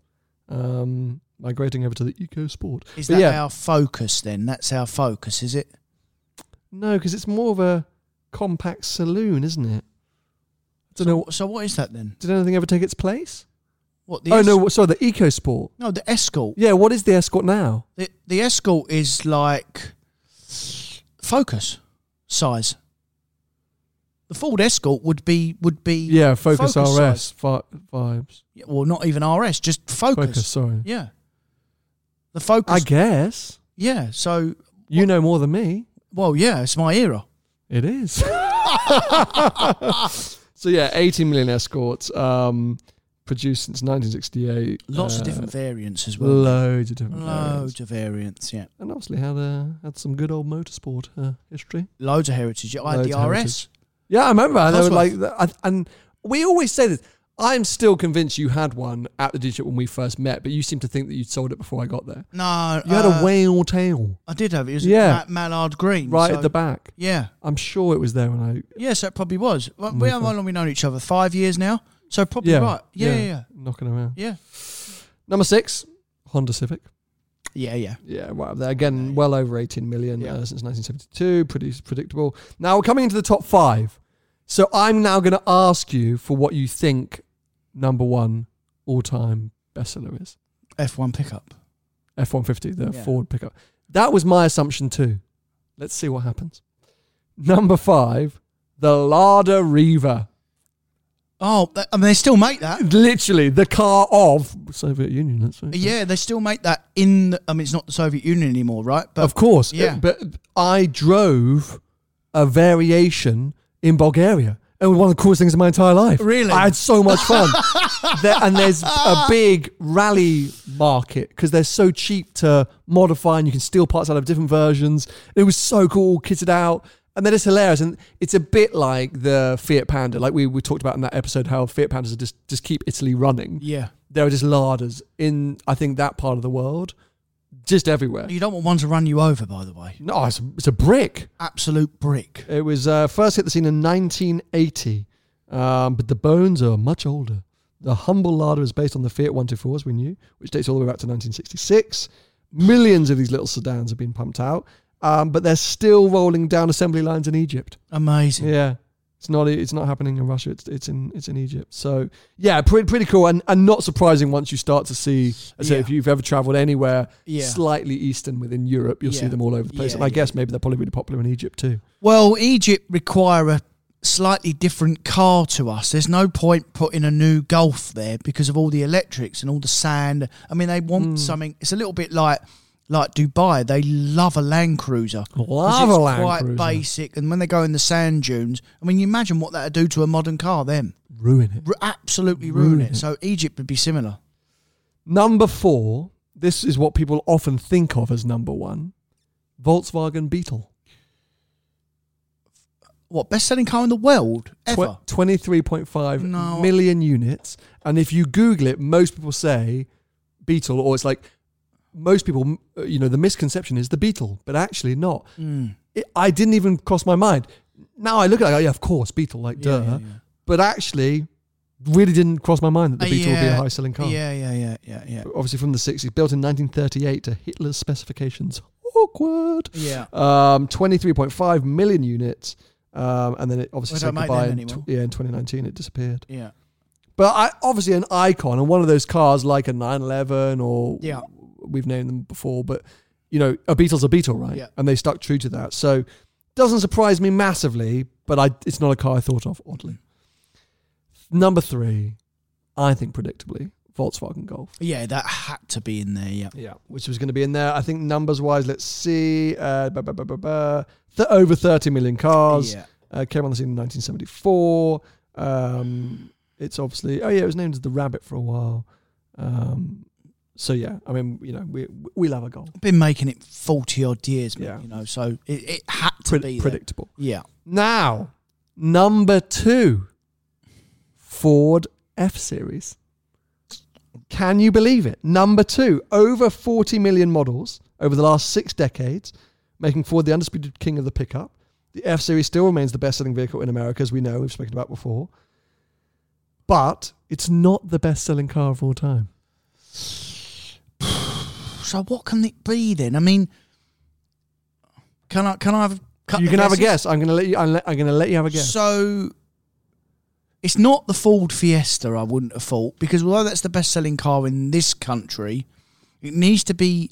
S1: um, migrating over to the Eco Sport.
S2: Is
S1: But
S2: that
S1: yeah,
S2: our focus then? That's our focus, is it?
S1: No, because it's more of a compact saloon, isn't it? Don't know.
S2: So what is that then?
S1: Did anything ever take its place?
S2: What the
S1: oh,
S2: es-
S1: no, wha- sorry, the Eco Sport.
S2: no the Escort.
S1: Yeah, what is the Escort now?
S2: The, the Escort is like Focus size. The Ford Escort would be would be
S1: Yeah, Focus,
S2: size.
S1: RS vi- vibes.
S2: Yeah, well, not even RS, just Focus.
S1: Focus, sorry.
S2: Yeah, the Focus.
S1: I guess.
S2: yeah, so
S1: You know more than me.
S2: well, yeah, it's my era.
S1: It is. so yeah, 18 million escorts um, produced since 1968.
S2: Lots
S1: Uh,
S2: of different variants as well.
S1: Loads of different
S2: Loads
S1: variants.
S2: of variants. Yeah,
S1: And obviously had uh, had some good old motorsport uh, history.
S2: loads of heritage. Yeah, I had
S1: Loads
S2: the
S1: of
S2: RS.
S1: Yeah, I remember. They were
S2: Cosworth.
S1: like, I, and we always say this. I'm still convinced you had one at the dealership when we first met, but you seem to think that you'd sold it before I got there.
S2: No,
S1: You had
S2: uh,
S1: a whale tail
S2: I did have it. It was
S1: Yeah.
S2: yeah. Mallard Green.
S1: right
S2: so-
S1: at the back.
S2: Yeah.
S1: I'm sure it was there when I
S2: Yes, that probably was. Well, we, how
S1: God.
S2: long have we known each other? Five years now. So probably right. Yeah, yeah, yeah.
S1: knocking around.
S2: Yeah,
S1: Number six, Honda Civic.
S2: yeah, yeah.
S1: Yeah, right up there. Again, well over 18 million
S2: Yeah.
S1: uh, since 1972. Pretty s- predictable. Now we're coming into the top five. So I'm now going to ask you for what you think number one all time bestseller is
S2: F1 pickup.
S1: F 150, the
S2: Yeah.
S1: Ford pickup. That was my assumption too. Let's see what happens. Number five, the Lada Riva.
S2: Oh, that- I mean, they still make that.
S1: Mm. Literally the car of Soviet Union. That's right.
S2: Yeah, they still make that in. The, I mean, it's not the Soviet Union anymore, right? But
S1: of course.
S2: yeah.
S1: Uh, But I drove a variation in Bulgaria. It was one of the coolest things in my entire life.
S2: Really?
S1: I had so much fun. there, and there's a big rally market because they're so cheap to modify and you can steal parts out of different versions. It was so cool, kitted out. And they're just hilarious. And it's a bit like the Fiat Panda. Like we, we talked about in that episode how Fiat Pandas are just, just keep Italy running.
S2: yeah,
S1: There are just larders in, I think, that part of the world, just everywhere.
S2: you don't want one to run you over, by the way.
S1: No, it's, it's a brick.
S2: Absolute brick.
S1: It was uh, first hit the scene in 1980, um, but the bones are much older. The humble larder is based on the Fiat 124, as we knew, which dates all the way back to 1966. Millions of these little sedans have been pumped out, um, but they're still rolling down assembly lines in Egypt.
S2: Amazing.
S1: Yeah, it's not e, it's not happening in Russia. It's it's in it's in Egypt. So yeah, pretty pretty cool and, and not surprising once you start to see. So
S2: Yeah.
S1: if you've ever travelled anywhere
S2: Yeah.
S1: slightly eastern within Europe, you'll see
S2: Yeah.
S1: them all over the place.
S2: Yeah,
S1: and I
S2: yeah.
S1: guess maybe they're probably really popular in Egypt too.
S2: Well, Egypt require a slightly different car to us. There's no point putting a new
S1: Hmm.
S2: Golf there because of all the electrics and all the sand. I mean, they want something. It's a little bit like like Dubai, they love a Land Cruiser. 'Cause
S1: Love
S2: it's
S1: a Land
S2: quite
S1: Cruiser.
S2: basic, and when they go in the sand dunes, I mean, you imagine what that'd do to a modern car. Then
S1: Ruin it.
S2: R- absolutely ruin
S1: Ruin
S2: it.
S1: it.
S2: So Egypt would be similar.
S1: Number four. This is what people often think of as number one. Volkswagen Beetle.
S2: What best-selling car in the world
S1: Tw-
S2: ever?
S1: 23.5
S2: No.
S1: million units. And if you Google it, most people say Beetle, or it's like most people, uh, you know, the misconception is the Beetle, but actually not.
S2: Mm.
S1: It, I didn't even cross my mind. Now I look at it, like, yeah, of course, Beetle, like, duh. But actually, really didn't cross my mind that the
S2: Uh,
S1: Beetle would be a
S2: yeah.
S1: high selling car.
S2: Yeah, yeah, yeah, yeah, yeah.
S1: Obviously from the 60s, built in 1938 to Hitler's specifications. Awkward.
S2: Yeah.
S1: Um, 23.5 million units. Um, and then it obviously
S2: Well,
S1: said
S2: don't make
S1: goodbye.
S2: them
S1: in tw-
S2: anymore.
S1: yeah, in 2019 it disappeared.
S2: Yeah.
S1: But I, obviously an icon and one of those cars like a 911 or
S2: Yeah.
S1: we've named them before, but you know, a Beetle's a Beetle, right?
S2: Yeah.
S1: And they stuck true to that. So doesn't surprise me massively, but I, it's not a car I thought of, oddly. Number three, I think predictably, Volkswagen Golf.
S2: Yeah, that had to be in there. Yeah.
S1: Yeah, which was going to be in there. I think numbers wise, let's see, uh, ba- ba- ba- ba- ba, th- over 30 million cars.
S2: Yeah.
S1: Uh, came on the scene in 1974. Um, it's obviously, oh yeah, it was named as the Rabbit for a while. Um, so yeah, I mean, you know, we we love a goal.
S2: Been making it 40 odd years, man,
S1: Yeah.
S2: you know, so it, it had to
S1: Pre-
S2: be. there.
S1: predictable.
S2: Yeah.
S1: Now, number two, Ford F Series. Can you believe it? Number two, over 40 million models over the last six decades, making Ford the undisputed king of the pickup. The F Series still remains the best selling vehicle in America, as we know, we've spoken about before. But it's not the best selling car of all time.
S2: So what can it be then? I mean, can I can I have a couple
S1: you
S2: of
S1: can have a
S2: guesses?
S1: guess. I'm going to let you. I'm, le- I'm going to let you have a guess.
S2: So it's not the Ford Fiesta, I wouldn't have thought, because although that's the best selling car in this country, it needs to be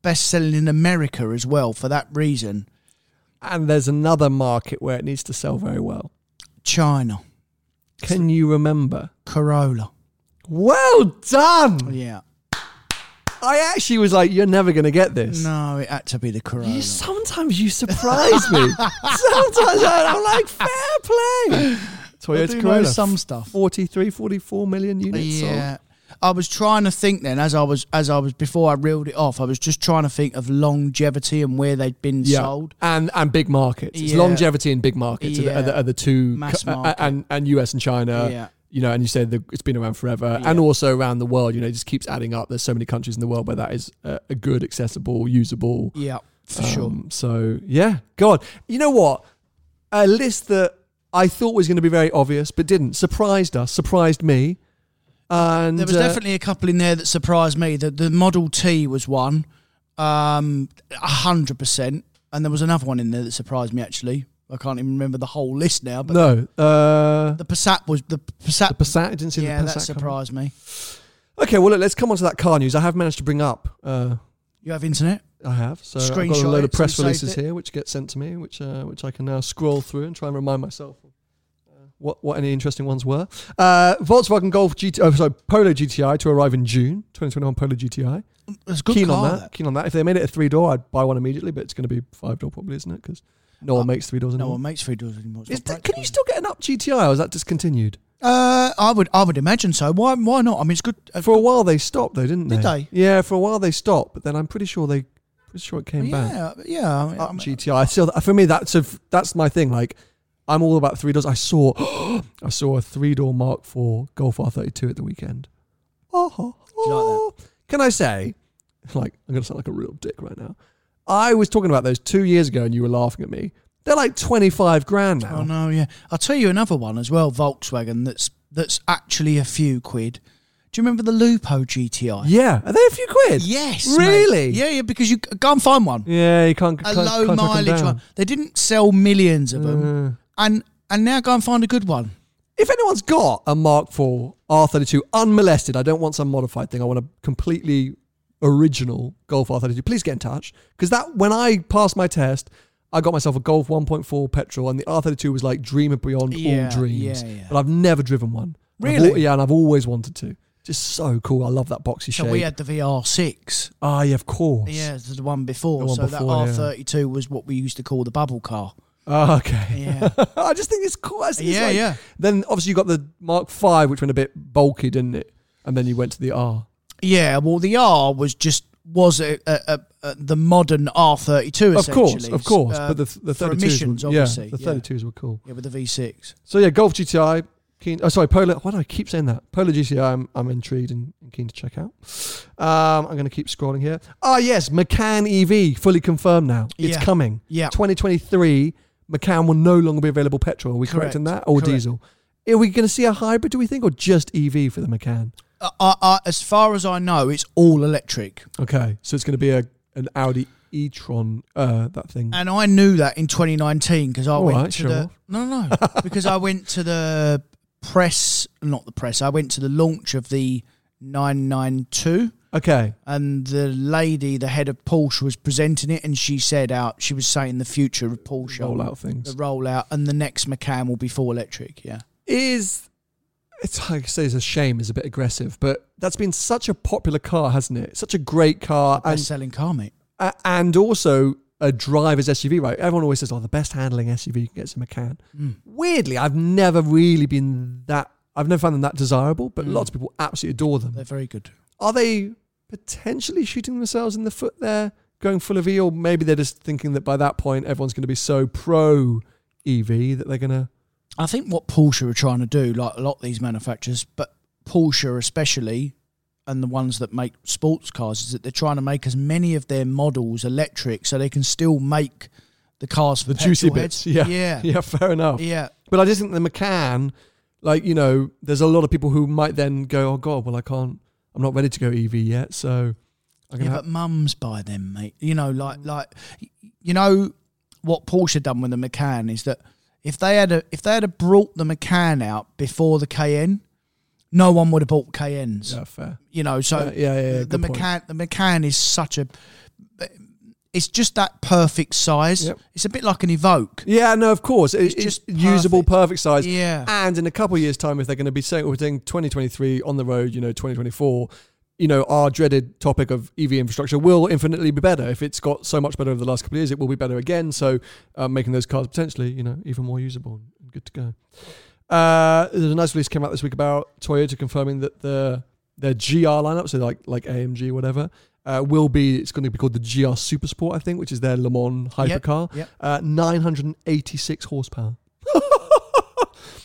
S2: best selling in America as well for that reason.
S1: and there's another market where it needs to sell very well.
S2: China,
S1: Can you remember?
S2: Corolla.
S1: Well done.
S2: Yeah.
S1: I actually was like, you're never going to get this.
S2: No, it had to be the Corolla.
S1: You sometimes you surprise me. sometimes I, am like, fair play.
S2: I
S1: Toyota
S2: do know
S1: Corolla,
S2: some stuff.
S1: 43, 44 million units.
S2: Yeah. I was trying to think then as I was as I was before I reeled it off, I was just trying to think of longevity and where they'd been
S1: sold. Yeah.
S2: sold.
S1: and and big markets. It's
S2: Yeah.
S1: longevity and big markets are, the, are, the,
S2: Yeah.
S1: are the two
S2: Mass
S1: co- uh,
S2: market.
S1: and and US and China.
S2: Yeah.
S1: You know, and you said that it's been around forever,
S2: Yeah.
S1: and also around the world. You know, it just keeps adding up. There's so many countries in the world where that is a, a good, accessible, usable.
S2: Yeah, for sure.
S1: Um, So yeah, God, you know what? A list that I thought was going to be very obvious, but didn't surprised us, surprised me. And
S2: There was
S1: uh,
S2: definitely a couple in there that surprised me. The the Model T was one, um, a hundred percent, and there was another one in there that surprised me actually. I can't even remember the whole list now, but
S1: no uh,
S2: the Passat was the Passat.
S1: the Passat. I didn't see
S2: yeah,
S1: the Passat.
S2: that
S1: coming.
S2: surprised me.
S1: Okay, well look, let's come on to that car news. I have managed to bring up. Uh,
S2: You have internet?
S1: I have. So I've got a
S2: Screenshot
S1: load
S2: it,
S1: of
S2: so
S1: press
S2: you saved
S1: releases
S2: it.
S1: here, which get sent to me, which uh, which I can now scroll through and try and remind myself of uh, what what any interesting ones were. Uh, Volkswagen Golf GT, oh sorry, Polo GTI to arrive in June 2021. Polo GTI.
S2: It's a good
S1: keen
S2: car.
S1: on that, Keen on that. If they made it a three door, I'd buy one immediately. But it's going to be five door probably, isn't it? Because no one makes three doors
S2: Uh, No
S1: anymore.
S2: one makes three doors anymore. It's
S1: Is th-
S2: not
S1: can
S2: practical.
S1: you still get an up GTI, or is that discontinued?
S2: Uh, I would, I would imagine so. Why, why not? I mean, it's good. uh,
S1: For a while they stopped, though, didn't they?
S2: Did they?
S1: Yeah, for a while they stopped, but then I'm pretty sure they, pretty sure it came back.
S2: yeah, yeah. I mean,
S1: Up
S2: I mean,
S1: GTI. So th- for me, that's a f that's my thing. Like, I'm all about three doors. I saw, I saw a three door Mark IV Golf R32 at the weekend. Oh,
S2: you like
S1: can I say, like, I'm gonna sound like a real dick right now. I was talking about those two years ago, and you were laughing at me. They're like 25 grand now.
S2: Oh no, yeah. I'll tell you another one as well, Volkswagen. That's that's actually a few quid. Do you remember the Lupo GTI?
S1: Yeah, are they a few quid?
S2: Yes, mate.
S1: really?
S2: Yeah, yeah. Because you c- go and find one.
S1: yeah. You can't,
S2: a
S1: can't- can't
S2: low
S1: track 'em
S2: mileage
S1: down. Mm.
S2: one. They didn't sell millions of them, and and now go and find a good one.
S1: If anyone's got a Mark IV R32 unmolested, I don't want some modified thing. I want a completely original Golf R32. Please get in touch because that when I passed my test, I got myself a Golf 1.4 petrol, and the R32 was like dreamer beyond
S2: Yeah,
S1: all dreams.
S2: yeah, yeah.
S1: But I've never driven one. And I've
S2: Really?
S1: al- yeah, and I've always wanted to. Just so cool. I love that boxy shape.
S2: So we had the VR6.
S1: Ah, yeah, of course.
S2: Yeah, it's the one before.
S1: The one
S2: so
S1: before, yeah.
S2: that R32 was what we used to call the bubble car.
S1: Oh, okay.
S2: Yeah.
S1: I just think it's cool. I just think it's
S2: Yeah,
S1: like-
S2: yeah.
S1: Then obviously you got the Mark Five, which went a bit bulky, didn't it? And then you went to the R.
S2: Yeah, well, the R was just was a, a, a, a, the modern R32
S1: Of course,
S2: essentially.
S1: of course.
S2: Uh,
S1: but the the
S2: for
S1: thirty
S2: emissions,
S1: twos, yeah,
S2: obviously.
S1: the thirty twos were cool.
S2: Yeah, with the V6.
S1: So yeah, Golf GTI. Keen. Oh, sorry, Polar. Why do I keep saying that? Polar GTI. I'm, I'm intrigued and, and keen to check out. Um, I'm going to keep scrolling here. Ah, yes, McCann EV fully confirmed now. It's
S2: Yeah.
S1: coming.
S2: Yeah.
S1: 2023. McCann will no longer be available petrol. Are we correct, in
S2: Correct,
S1: that or
S2: correct.
S1: diesel? Are we going to see a hybrid? Do we think or just EV for the McCann?
S2: Uh, I, I, as far as I know, it's all electric.
S1: Okay, so it's going to be a an Audi e-tron, uh, that thing.
S2: And I knew that in 2019 because I
S1: All
S2: went
S1: right,
S2: to
S1: sure.
S2: the no no no, because I went to the press not the press I went to the launch of the 992
S1: Okay,
S2: and the lady the head of Porsche was presenting it and she said out she was saying the future of Porsche
S1: rollout things.
S2: the rollout and the next Macan will be full electric yeah
S1: is it's like I say it's a shame is a bit aggressive, but that's been such a popular car, hasn't it? Such a great car,
S2: best selling car mate
S1: and a- and also a driver's SUV, right? Everyone always says, "Oh, the best handling SUV you can get is a Macan." Weirdly, I've never really been that. I've never found them that desirable, but lots of people absolutely adore them.
S2: they're very good
S1: Are they potentially shooting themselves in the foot there, going full of E, or maybe they're just thinking that by that point everyone's going to be so pro EV that they're going to
S2: I think what Porsche are trying to do, like a lot of these manufacturers, but Porsche especially, and the ones that make sports cars, is that they're trying to make as many of their models electric, so they can still make the cars for
S1: the
S2: petrol
S1: juicy
S2: heads.
S1: bits. Yeah,
S2: yeah, yeah.
S1: yeah. Fair enough. But I just think the McCann, like, you know, there's a lot of people who might then go, oh, God, well, I can't, I'm not ready to go EV yet. So I'm going
S2: Yeah,
S1: to
S2: but mums buy them, mate. You know, like like you know what Porsche done with the Macan is that if they had a if they had a brought the Macan out before the Cayenne, no one would have bought Cayennes.
S1: Yeah, fair.
S2: you know so
S1: Yeah, yeah, yeah,
S2: the, the
S1: good point.
S2: mccann the mccann is such a it's just that perfect size
S1: Yep.
S2: it's a bit like an evoke
S1: Yeah, no, of course. It-
S2: It's
S1: It's,
S2: just
S1: just usable,
S2: perfect.
S1: perfect size.
S2: Yeah.
S1: And in a couple of years' time, if they're going to be saying, oh, we're doing 2023 on the road, you know, 2024, you know, our dreaded topic of EV infrastructure will infinitely be better. If it's got so much better over the last couple of years, it will be better again. So uh, making those cars potentially, you know, even more usable and good to go. Uh, there's a nice release came out this week about Toyota confirming that the their GR lineup, so like like AMG whatever, uh, will be it's going to be called the GR Supersport, I think, which is their Le Mans
S2: Yep,
S1: hypercar.
S2: yep.
S1: Uh, 986 horsepower.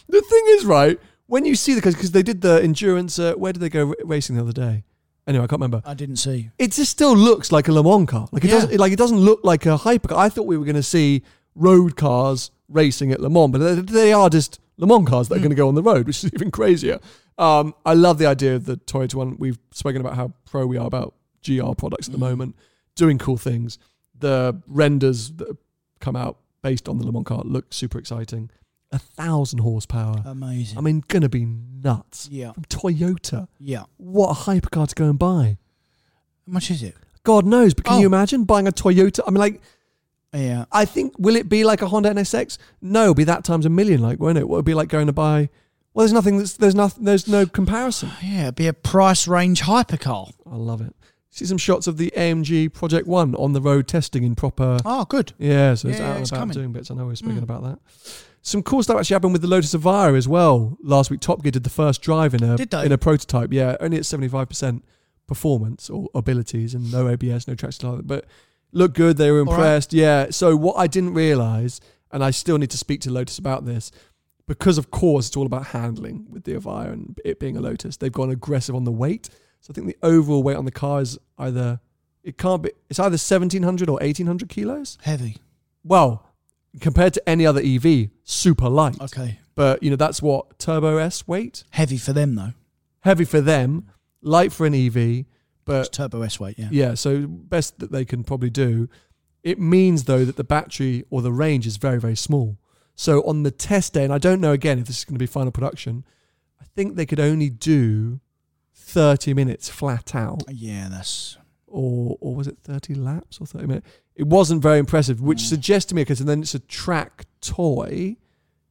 S1: the thing is, right when you see the cars because they did the endurance. Uh, where did they go r- racing the other day? Anyway, I can't remember.
S2: i didn't see
S1: It just still looks like a Le Mans car. Like it
S2: Yeah.
S1: doesn't it- like it doesn't look like a hypercar. I thought we were going to see road cars racing at Le Mans, but they- they are just Le Mans cars that
S2: Hmm.
S1: are going to go on the road, which is even crazier. Um, I love the idea of the Toyota one. We've spoken about how pro we are about GR products at
S2: Hmm.
S1: the moment, doing cool things. The renders that have come out based on the Le Mans car look super exciting. A thousand horsepower.
S2: amazing
S1: I mean, gonna be nuts.
S2: Oh, Yeah.
S1: From Toyota.
S2: yeah
S1: What a hypercar to go and buy.
S2: how much is it
S1: God knows, but can
S2: Oh.
S1: you imagine buying a Toyota? I mean, like,
S2: yeah
S1: I think will it be like a Honda NSX? No, it'll be that times a million, like, won't it? What would be like going to buy? Well, there's nothing. That's, there's nothing. There's no comparison.
S2: yeah it'd be a price range hypercar
S1: I love it. See some shots of the AMG Project One on the road testing in proper.
S2: oh good
S1: Yeah, so it's
S2: Yeah, yeah,
S1: out and
S2: it's
S1: about
S2: coming. Hmm.
S1: doing bits. I know we were speaking about that. Some cool stuff actually happened with the Lotus Avira as well last week. Top Gear did the first drive in a
S2: Did they?
S1: in a prototype. Yeah, only at seventy five percent performance or abilities and no ABS, no traction like that. But looked good. They were
S2: right.
S1: impressed. Yeah. So what I didn't realize, and I still need to speak to Lotus about this, because of course it's all about handling with the Avira and it being a Lotus. They've gone aggressive on the weight. So I think the overall weight on the car is either it can't be it's either seventeen hundred or eighteen hundred kilos
S2: heavy
S1: well, compared to any other EV, super light.
S2: okay
S1: But you know that's what turbo S weight,
S2: heavy for them though
S1: heavy for them, light for an EV.
S2: it's
S1: But
S2: turbo s weight yeah
S1: Uh, yeah, so best that they can probably do. It means though that the battery or the range is very very small. So on the test day, and I don't know again if this is going to be final production. I think they could only do thirty minutes flat out
S2: yeah that's
S1: or or was it 30 laps or
S2: Mm.
S1: 30 minutes? It wasn't very impressive, which suggests to me because then it's a track toy.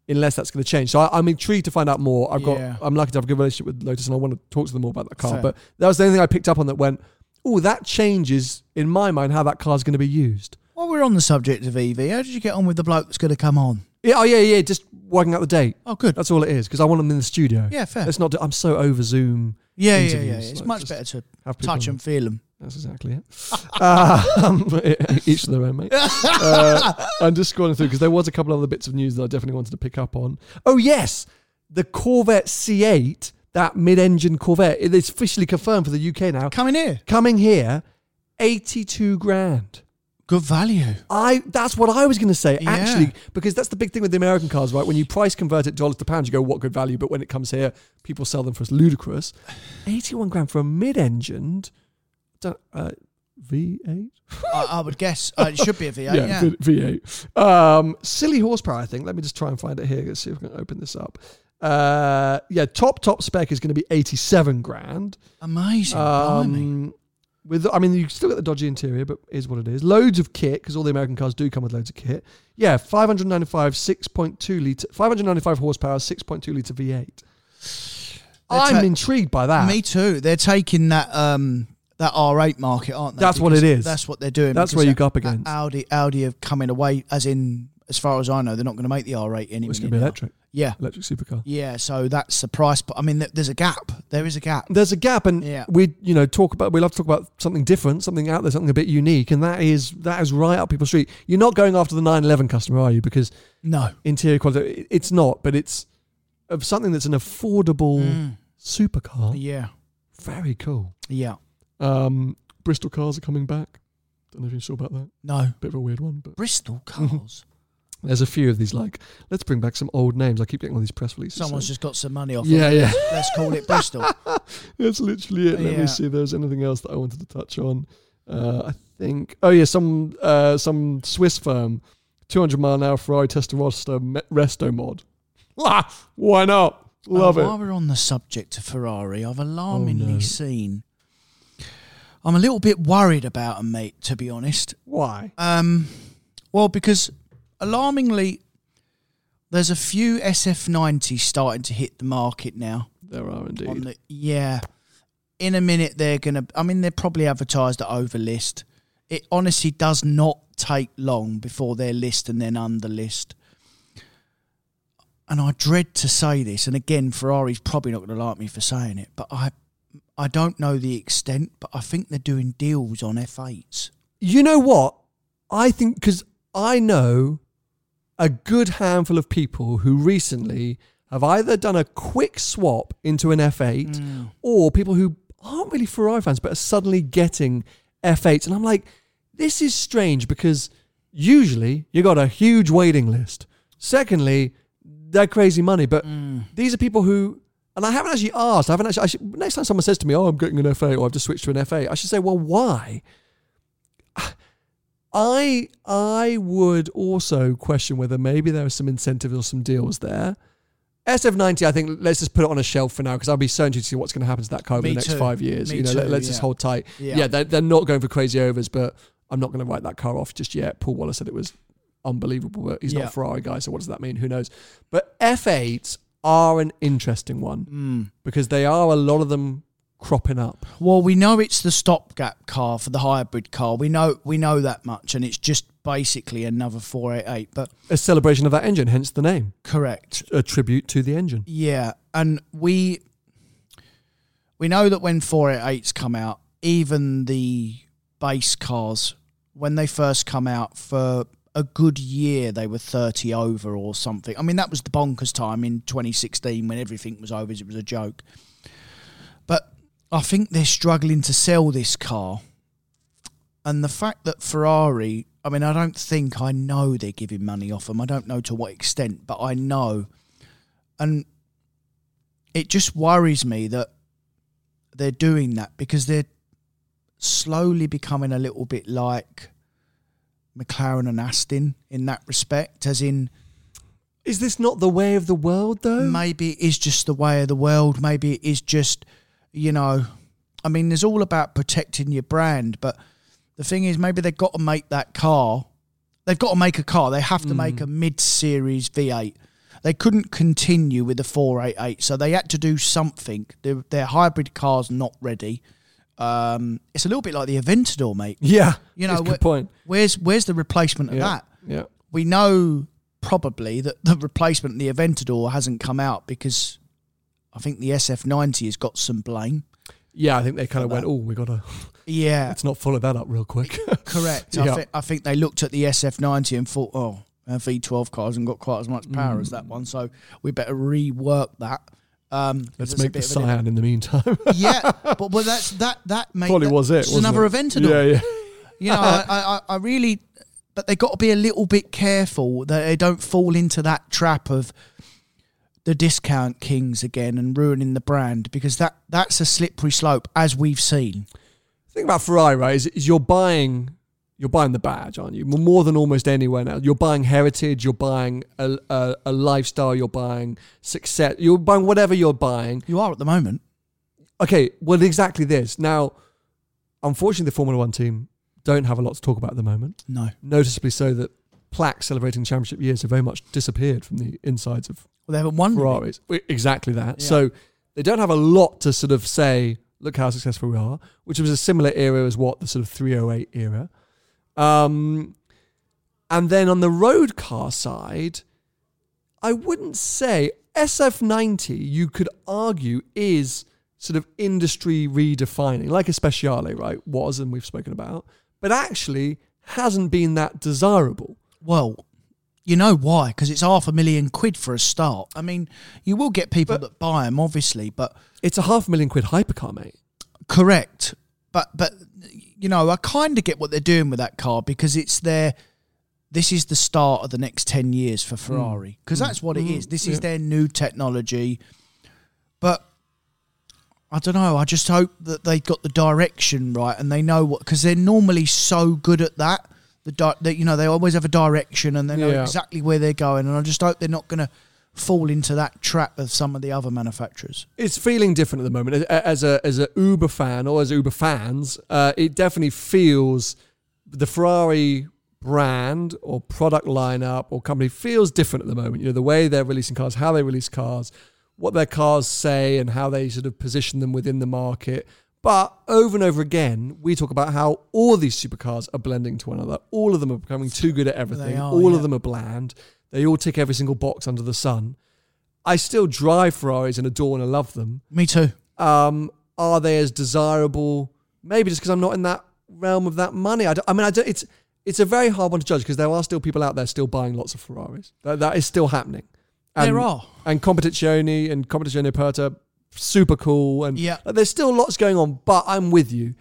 S1: unless that's going to change. So I, I'm intrigued to find out more. I've got,
S2: Yeah.
S1: I'm lucky to have a good relationship with Lotus, and I want to talk to them more about that car.
S2: Fair.
S1: But that was the only thing I picked up on that went, oh, that changes in my mind how that car's going to be used.
S2: While we're on the subject of EV, how did you get on with the bloke that's going to come on?
S1: Yeah, oh yeah, yeah. Just working out the date.
S2: Oh, good.
S1: That's all it is because I want them in the studio.
S2: Yeah, fair.
S1: Let's not. Do, I'm so over Zoom.
S2: yeah, yeah, yeah,
S1: interviews,
S2: It's
S1: like,
S2: much
S1: just
S2: better to
S1: have people
S2: touch
S1: on.
S2: and feel them.
S1: That's exactly it. um, each to their own, mate. Uh, I'm just scrolling through because there was a couple other bits of news that I definitely wanted to pick up on. Oh yes, the Corvette C8, that mid-engine Corvette, it is officially confirmed for the UK now.
S2: Coming here,
S1: Coming here, 82 grand.
S2: good value.
S1: I that's what I was going to say
S2: Yeah.
S1: actually because that's the big thing with the American cars right when you price convert it dollars to pounds you go what good value but when it comes here people sell them for us ludicrous 81 grand for a mid-engined don't- uh, V8
S2: I, I would guess uh, it should be a V8. Yeah,
S1: yeah, V- V8 um, silly horsepower I think let me just try and find it here let's see if I can open this up uh, yeah top top spec is going to be 87 grand
S2: amazing. blimey.
S1: um, with, I mean, you still get the dodgy interior, but is what it is. Loads of kit because all the American cars do come with loads of kit. Yeah, 595, 6.2 liter, 595 horsepower, 6.2 liter V8.
S2: They're
S1: I'm
S2: ta-
S1: intrigued by that.
S2: Me too. They're taking that um that R8 market, aren't they?
S1: That's what it
S2: Because
S1: is.
S2: That's what they're doing.
S1: That's
S2: because
S1: where you
S2: that-
S1: go up
S2: that
S1: against.
S2: Audi. Audi have coming away, as in, as far as I know, they're not going to make the R8 anymore.
S1: it's going to be electric,
S2: Yeah,
S1: electric supercar.
S2: yeah. So that's the price. But I mean, th- there's a gap. There is a gap.
S1: There's a gap, and
S2: Yeah.
S1: we, you know, talk about. We love to talk about something different, something out there, something a bit unique, and that is that is right up people's street. You're not going after the 911 customer, are you? Because
S2: No.
S1: interior quality, it- it's not, but it's of something that's an affordable supercar.
S2: Mm. Yeah.
S1: Very cool.
S2: Yeah.
S1: Um, Bristol cars are coming back. Don't know if you saw about that.
S2: No.
S1: Bit of a weird one, but
S2: Bristol cars.
S1: there's a few of these. Like, let's bring back some old names. I keep getting all these press releases.
S2: Someone's
S1: saying-
S2: just got some money off.
S1: Yeah,
S2: it.
S1: yeah.
S2: Let's call it Bristol.
S1: That's literally it. Let
S2: Yeah.
S1: me see if there's anything else that I wanted to touch on. Uh, I think. Oh yeah, some uh, some Swiss firm, 200 mile an hour Ferrari Testarossa me- resto mod. La, why not? Love
S2: Uh,
S1: it. Oh,
S2: While we're on the subject of Ferrari, I've alarmingly
S1: no.
S2: seen. I'm a little bit worried about 'em, mate. To be honest.
S1: Why?
S2: Um, well, because alarmingly, there's a few SF90s starting to hit the market now.
S1: There are indeed.
S2: On the, yeah. In a minute, they're going to, I mean, they're probably advertised at overlist. It honestly does not take long before they're list and then under list. And I dread to say this, and again, Ferrari's probably not going to like me for saying it, but I, I don't know the extent, but I think they're doing deals on F8s.
S1: you know what? I think because I know a good handful of people who recently have either done a quick swap into an F8 or people who aren't really Ferrari fans but are suddenly getting F8s. And I'm like, this is strange because usually you got a huge waiting list. Secondly, they're crazy money, but these are people who, and I haven't actually asked. I haven't actually. I should, next time someone says to me, "Oh, I'm getting an F8 or I've just switched to an F8," I should say, "Well, why?" I I would also question whether maybe there are some incentives or some deals there. SF90, I think let's just put it on a shelf for now because I'll be so interested to see what's going to happen to that car over
S2: Me
S1: the next
S2: too.
S1: five years.
S2: Me
S1: you know,
S2: too,
S1: let, us
S2: yeah.
S1: just hold tight.
S2: Yeah.
S1: Yeah, they're, they're not going for crazy overs, but I'm not going to write that car off just yet. Paul Wallace said it was unbelievable, but he's
S2: Yeah.
S1: not a Ferrari guy, so what does that mean? Who knows? But F8s are an interesting one
S2: Mm.
S1: because they are a lot of them cropping up.
S2: Well, we know it's the stopgap car for the hybrid car. We know we know that much, and it's just basically another four eight eight. But
S1: A celebration of that engine, hence the name,
S2: correct,
S1: a tribute to the engine.
S2: yeah. And we we know that when four eight eights come out, even the base cars, when they first come out for a good year, they were thirty over or something. I mean, that was the bonkers time in twenty sixteen when everything was over. It was a joke. But I think they're struggling to sell this car. And the fact that Ferrari, I mean, I don't think I know they're giving money off them. I don't know to what extent, but I know. And it just worries me that they're doing that because they're slowly becoming a little bit like McLaren and Aston in that respect, as in
S1: Is this not the way of the world, though?
S2: maybe it is just the way of the world. Maybe it is just, you know, I mean, there's all about protecting your brand, but the thing is, maybe they've got to
S1: Mm.
S2: make that car. They've got to make a car. They have to make a mid-series V8. They couldn't continue with the 488, so they had to do something. Their, their hybrid car's not ready. Um, it's a little bit like the Aventador, mate.
S1: Yeah,
S2: You know,
S1: that's a
S2: where-
S1: good point.
S2: Where's where's the replacement of
S1: Yeah,
S2: that?
S1: yeah.
S2: We know probably that the replacement, the Aventador, hasn't come out because I think the SF90 has got some blame.
S1: Yeah, I think they kind of went, oh, we got to,
S2: Yeah,
S1: let's not follow that up real quick.
S2: correct.
S1: Yeah.
S2: I, think I think they looked at the SF90 and thought, oh, our V12 car hasn't got quite as much
S1: Hmm.
S2: power as that one, so we better rework that. Um, 'cause
S1: Let's
S2: it's a
S1: make the
S2: bit of an-
S1: cyan in the meantime.
S2: Yeah, but, but that's that that made
S1: Probably
S2: that-
S1: was it.
S2: It's
S1: wasn't
S2: another
S1: it?
S2: Aventador.
S1: Yeah, yeah.
S2: You know, I, I, I- I really, but they got to be a little bit careful that they don't fall into that trap of the discount kings again and ruining the brand because that that's a slippery slope as we've seen.
S1: thing about Ferrari, right, is, is you're buying you're buying the badge, aren't you? More than almost anywhere now. You're buying heritage, you're buying a, a, a lifestyle, you're buying success, you're buying whatever you're buying.
S2: You are at the moment.
S1: Okay, well, exactly this. Now, unfortunately, the Formula One team don't have a lot to talk about at the moment.
S2: No,
S1: Noticeably so that plaques celebrating championship years have very much disappeared from the insides of
S2: well, they haven't won.
S1: Ferraris. E- Exactly that.
S2: Mm-hmm. Yeah.
S1: So they don't have a lot to sort of say, look how successful we are, which was a similar era as what the sort of 308 era. Um, and then on the road car side, I wouldn't say SF90, you could argue, is sort of industry redefining, like a Speciale, right? Was, and we've spoken about, but actually hasn't been that desirable.
S2: Well, you know why? Because it's half a million quid for a start. I mean, you will get people that buy them, obviously, but
S1: It's a half million quid hypercar, mate.
S2: Correct, but but you know, I kind of get what they're doing with that car because it's their. This is the start of the next ten years for Ferrari because that's what it is. This is their new technology, but I don't know. I just hope that they got the direction right and they know what because they're normally so good at that. The di- that you know they always have a direction and they know
S1: Yeah.
S2: exactly where they're going. And I just hope they're not going to fall into that trap of some of the other manufacturers.
S1: it's feeling different at the moment A- as a as a Uber fan or as Uber fans. Uh, it definitely feels the Ferrari brand or product lineup or company feels different at the moment. You know the way they're releasing cars, how they release cars, what their cars say, and how they sort of position them within the market. But over and over again, we talk about how all these supercars are blending to one another. All of them are becoming too good at everything.
S2: are,
S1: all
S2: yeah.
S1: of them are bland. They all tick every single box under the sun. I still drive Ferraris and adore and love them
S2: Me too.
S1: um, are they as desirable? Maybe just because I'm not in that realm of that money. I, don't- I mean, I don't, it's it's a very hard one to judge because there are still people out there still buying lots of Ferraris. That, that is still happening. And,
S2: There are.
S1: and Competizione and Competizione Perta, super cool. And
S2: Yeah.
S1: like, there's still lots going on. But I'm with you.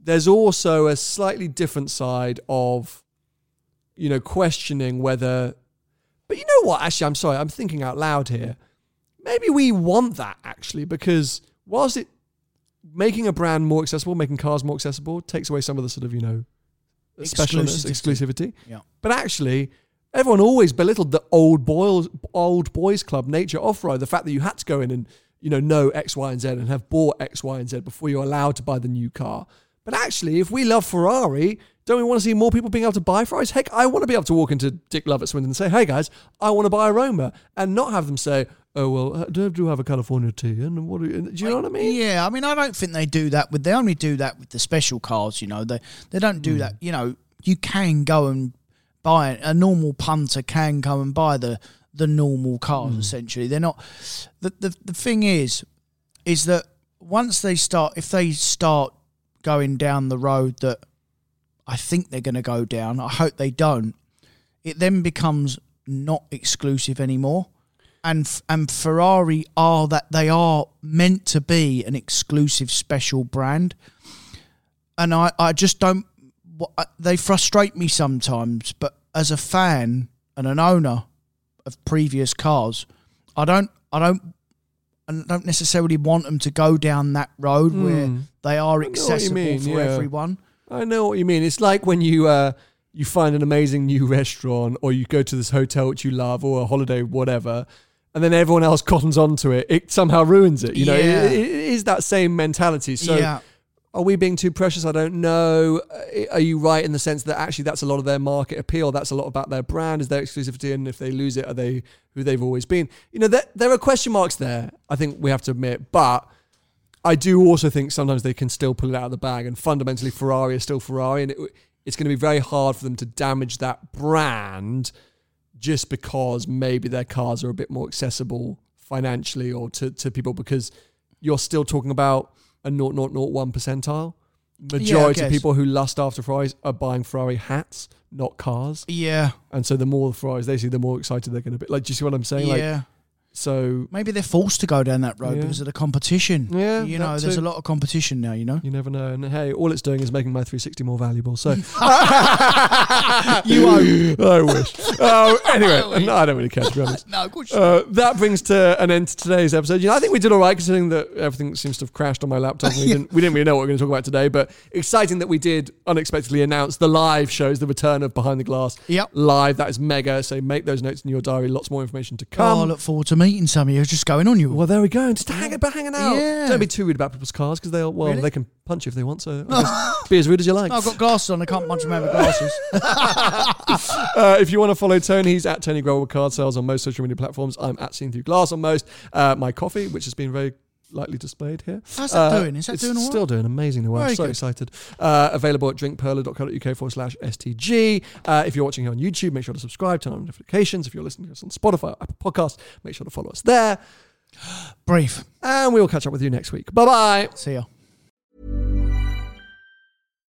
S1: There's also a slightly different side of, you know, questioning whether. But you know what? Actually, I'm sorry. I'm thinking out loud here maybe we want that actually because whilst it making a brand more accessible, making cars more accessible takble, takes away some of the sort of you know specialness, exclusivity.
S2: Yeah.
S1: But actually, everyone always belittled the old boys, old boys club nature off road. The fact that you had to go in and you know know X, Y, and Z and have bought X, Y, and Z before you're allowed to buy the new car. But actually, if we love Ferrari, don't we want to see more people being able to buy Ferraris? Heck, I want to be able to walk into Dick Lovett's Swindon and say, "Hey guys, I want to buy a Roma," and not have them say, "Oh well, uh, do do have a California tea?" And what do you, do you know what I mean?
S2: Yeah, I mean, I don't think they do that with. They only do that with the special cars. You know, they they don't
S1: Hmm.
S2: do that. You know, you can go and buy a normal punter can go and buy the the normal cars.
S1: Hmm.
S2: Essentially, they're not. The, the the thing is, is that once they start, if they start going down the road that I think they're going to go down, I hope they don't. It then becomes not exclusive anymore and f- and Ferrari are that they are meant to be an exclusive special brand, and I I just don't. wha- I- They frustrate me sometimes, but as a fan and an owner of previous cars, I don't I don't. I don't necessarily want them to go down that road where they
S1: Hmm. I know
S2: are
S1: what you
S2: accessible
S1: mean,
S2: for
S1: yeah.
S2: everyone.
S1: I know what you mean. It's like when you uh, you find an amazing new restaurant, or you go to this hotel which you love, or a holiday, whatever, and then everyone else cottons onto it. It somehow ruins it. You know,
S2: Yeah.
S1: it, it is that same mentality. So
S2: yeah,
S1: Are we being too precious? I don't know. Uh, Are you right in the sense that actually that's a lot of their market appeal? That's a lot about their brand, is their exclusivity, and if they lose it, are they who they've always been? You know, there, there are question marks there. I think we have to admit, but I do also think sometimes they can still pull it out of the bag, and fundamentally, Ferrari is still Ferrari, and it, it's going to be very hard for them to damage that brand just because maybe their cars are a bit more accessible financially or to, to people because you're still talking about a 0.001 percentile. Majority
S2: guess.
S1: of people who lust after Ferraris are buying Ferrari hats, not cars.
S2: Yeah,
S1: And so the more Ferraris they see, the more excited they're going to be. Like, do you see what I'm saying? Like,
S2: yeah.
S1: so
S2: Maybe they're forced to go down that road
S1: Yeah.
S2: because of the competition.
S1: Yeah,
S2: you
S1: that
S2: know, there's
S1: too.
S2: a lot of competition now. You know,
S1: you never know. And hey, all it's doing is making my 360 more valuable. So
S2: you own.
S1: I wish. Oh, anyway, no, I don't really care to be honest.
S2: No, of course. you-
S1: Uh, that brings to an end to today's episode. You know, I think we did all right considering that everything seems to have crashed on my laptop. and We didn't, we didn't really know what we are going to talk about today, but exciting that we did unexpectedly announce the live shows, the return of Behind the Glass
S2: Yep.
S1: live. That is mega. So make those notes in your diary. Lots more information to come.
S2: Oh, I look forward to meeting some of you. It's Just going on you.
S1: um, Well, there we go. And just hang about hanging out.
S2: Yeah.
S1: Don't be too rude about people's cars because they'll well
S2: Really?
S1: they can punch you if they want. So I guess be as rude as you like.
S2: No, I've got glasses on. I can't punch them out with glasses.
S1: Uh, if you want to follow Tony, he's at Tony Grower with Card Sales on most social media platforms. I'm at Seen Through Glass on most. Uh, my coffee, which has been very lightly displayed here. Uh,
S2: How's that doing? Is that
S1: it's
S2: doing all right?
S1: Still doing amazingly well.
S2: Very
S1: so
S2: good.
S1: excited. Uh, available at drinkperler.co.uk forward slash STG. Uh, if you're watching here on YouTube, make sure to subscribe, turn on notifications. If you're listening to us on Spotify or Apple Podcasts, make sure to follow us there.
S2: Brief.
S1: And we will catch up with you next week. Bye bye.
S2: See ya.